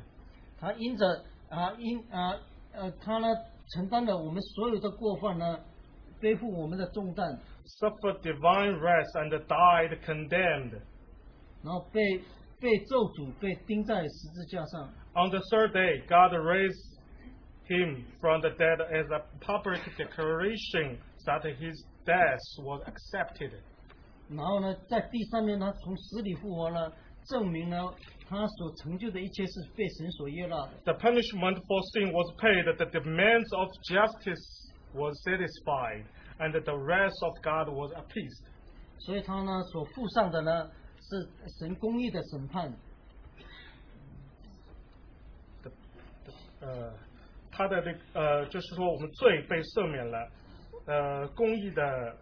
他因着啊因啊呃他呢承担了我们所有的过犯呢，背负我们的重担，
suffered divine wrath and died condemned.
然后被被咒诅，被钉在十字架上。
On the third day, God raised him from the dead as a public declaration that his death was accepted.
然后呢，在第三年他从死里复活呢，证明呢他所成就的一切是被神所悦纳的。
The punishment for sin was paid, the demands of justice was satisfied, and the wrath of God was appeased.
所以他呢所付上的呢是神公义的审判。
的的呃，uh, 他的这个呃，就是说我们罪被赦免了，呃，公义的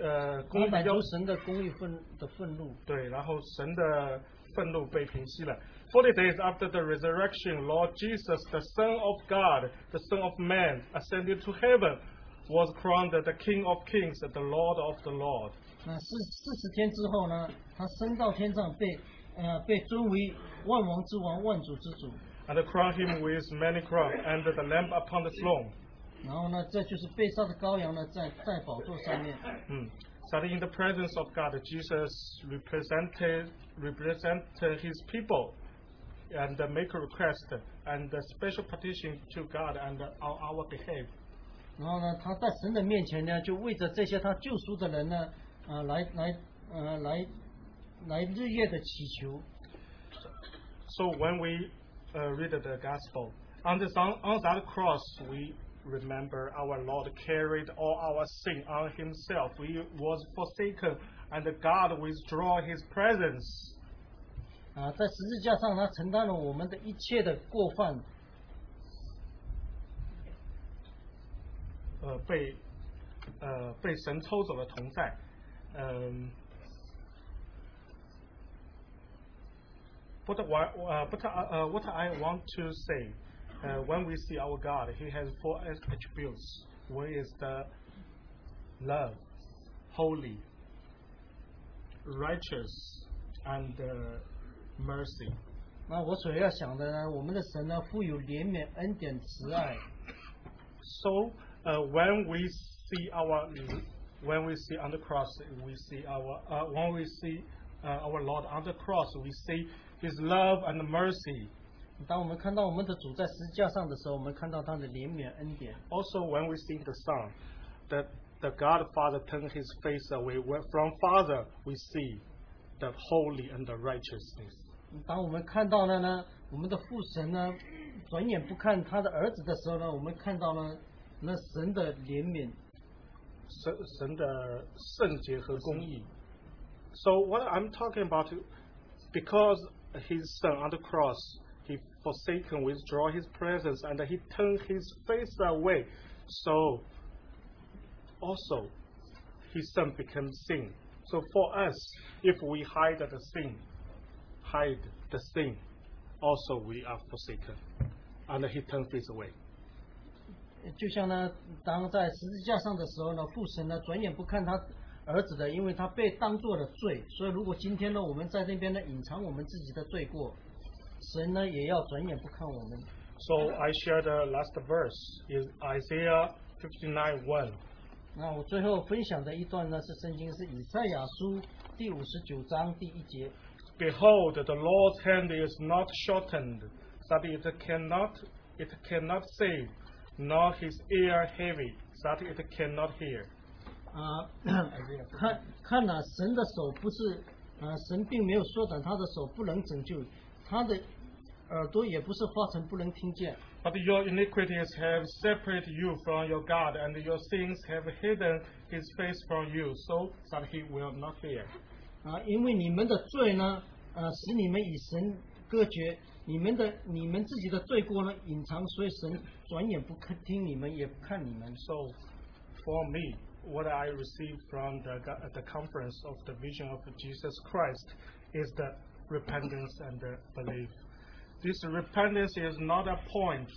呃，公
他
义的
满
要
足神的公义愤的愤怒。
对，然后神的愤怒被平息了。Forty days after the resurrection, Lord Jesus, the Son of God, the Son of Man, ascended to heaven, was crowned the King of Kings, the Lord of the Lord.
那四四十天之后呢，他升到天上被呃被尊为万王之王、万主之主。
And crowned him with many crowns and the Lamb upon the throne.
然后呢，这就是被杀的羔羊呢，在在宝座上面。
Mm. So that in the presence of God, Jesus represented represented his people and make a request and a special petition to God and on our behalf.
然后呢，他在神的面前呢，就为着这些他救赎的人呢，啊、来来呃来来日夜的祈求。
So when we uh, read the gospel, on, this, on, on that cross, we remember our Lord carried all our sin on himself. He was forsaken, and God withdrew his presence.
啊，在十字架上，他承担了我们的一切的过犯，
呃，被呃被神抽走了同在，嗯、But why, uh, but uh, uh, what I want to say, uh, when we see our God, He has four attributes. One is the love, holy, righteous, and uh, mercy.
那我所要想的呢，我们的神呢，富有怜悯、恩典、慈爱。
So uh, when we see our when we see on the cross, we see our uh, when we see uh, our Lord on the cross, we see His love and mercy.
当我们看到我们的主在十字架上的时候，我们看到他的怜悯、恩典。
Also, when we see the Son, that the God Father turned His face away When- from Father, we see the holy and the righteousness.
当我们看到了呢，我们的父神呢，转眼不看他的儿子的时候呢，我们看到了那神的怜悯。
神神的圣洁和公义。So what I'm talking about, because his son on the cross, he forsaken, withdraw his presence, and he turned his face away. So also, his son became sin. So for us, if we hide the sin, hide the sin, also we are forsaken, and he turned face away.
就像呢，当在十字架上的时候呢，父神呢转眼不看他儿子的，因为他被当作了罪。所以如果今天呢，我们在那边呢隐藏我们自己的罪过，神呢也要转眼不看我们。
So I share the last verse is Isaiah 59 1.
那我最后分享的一段呢，是圣经是以赛亚书第五十九章第一节。
Behold, the Lord's hand is not shortened, that it cannot it cannot save, nor his ear heavy, that it cannot hear.
啊、看看呐、神的手不是啊、神并没有缩短他的手不能拯救，他的耳朵也不是发成不能听见。
But your iniquities have separated you from your God, and your sins have hidden his face from you, so that he will not hear.
啊，因为你们的罪呢，呃，使你们与神隔绝；你们的你们自己的罪过呢，隐藏，所以神转眼不看听你们，也不看你们。
So, for me, what I received from the, the conference of the vision of Jesus Christ is the repentance and the belief. This repentance is not a point,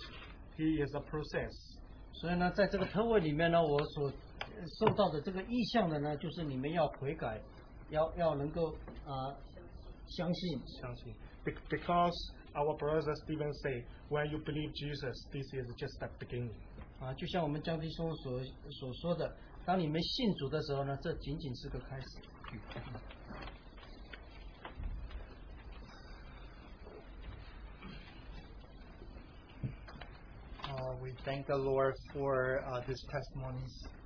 he is a process.
所以呢，在这个特会里面呢，我所呃受到的这个意向的呢，就是你们要悔改，要要能够啊、相信。
相信。Be- Because our brother Stephen said, when you believe Jesus, this is just the beginning.
啊，就像我们江弟兄所所说的，当你们信主的时候呢，这仅仅是个开始。
Uh, we thank the Lord for uh, these testimonies.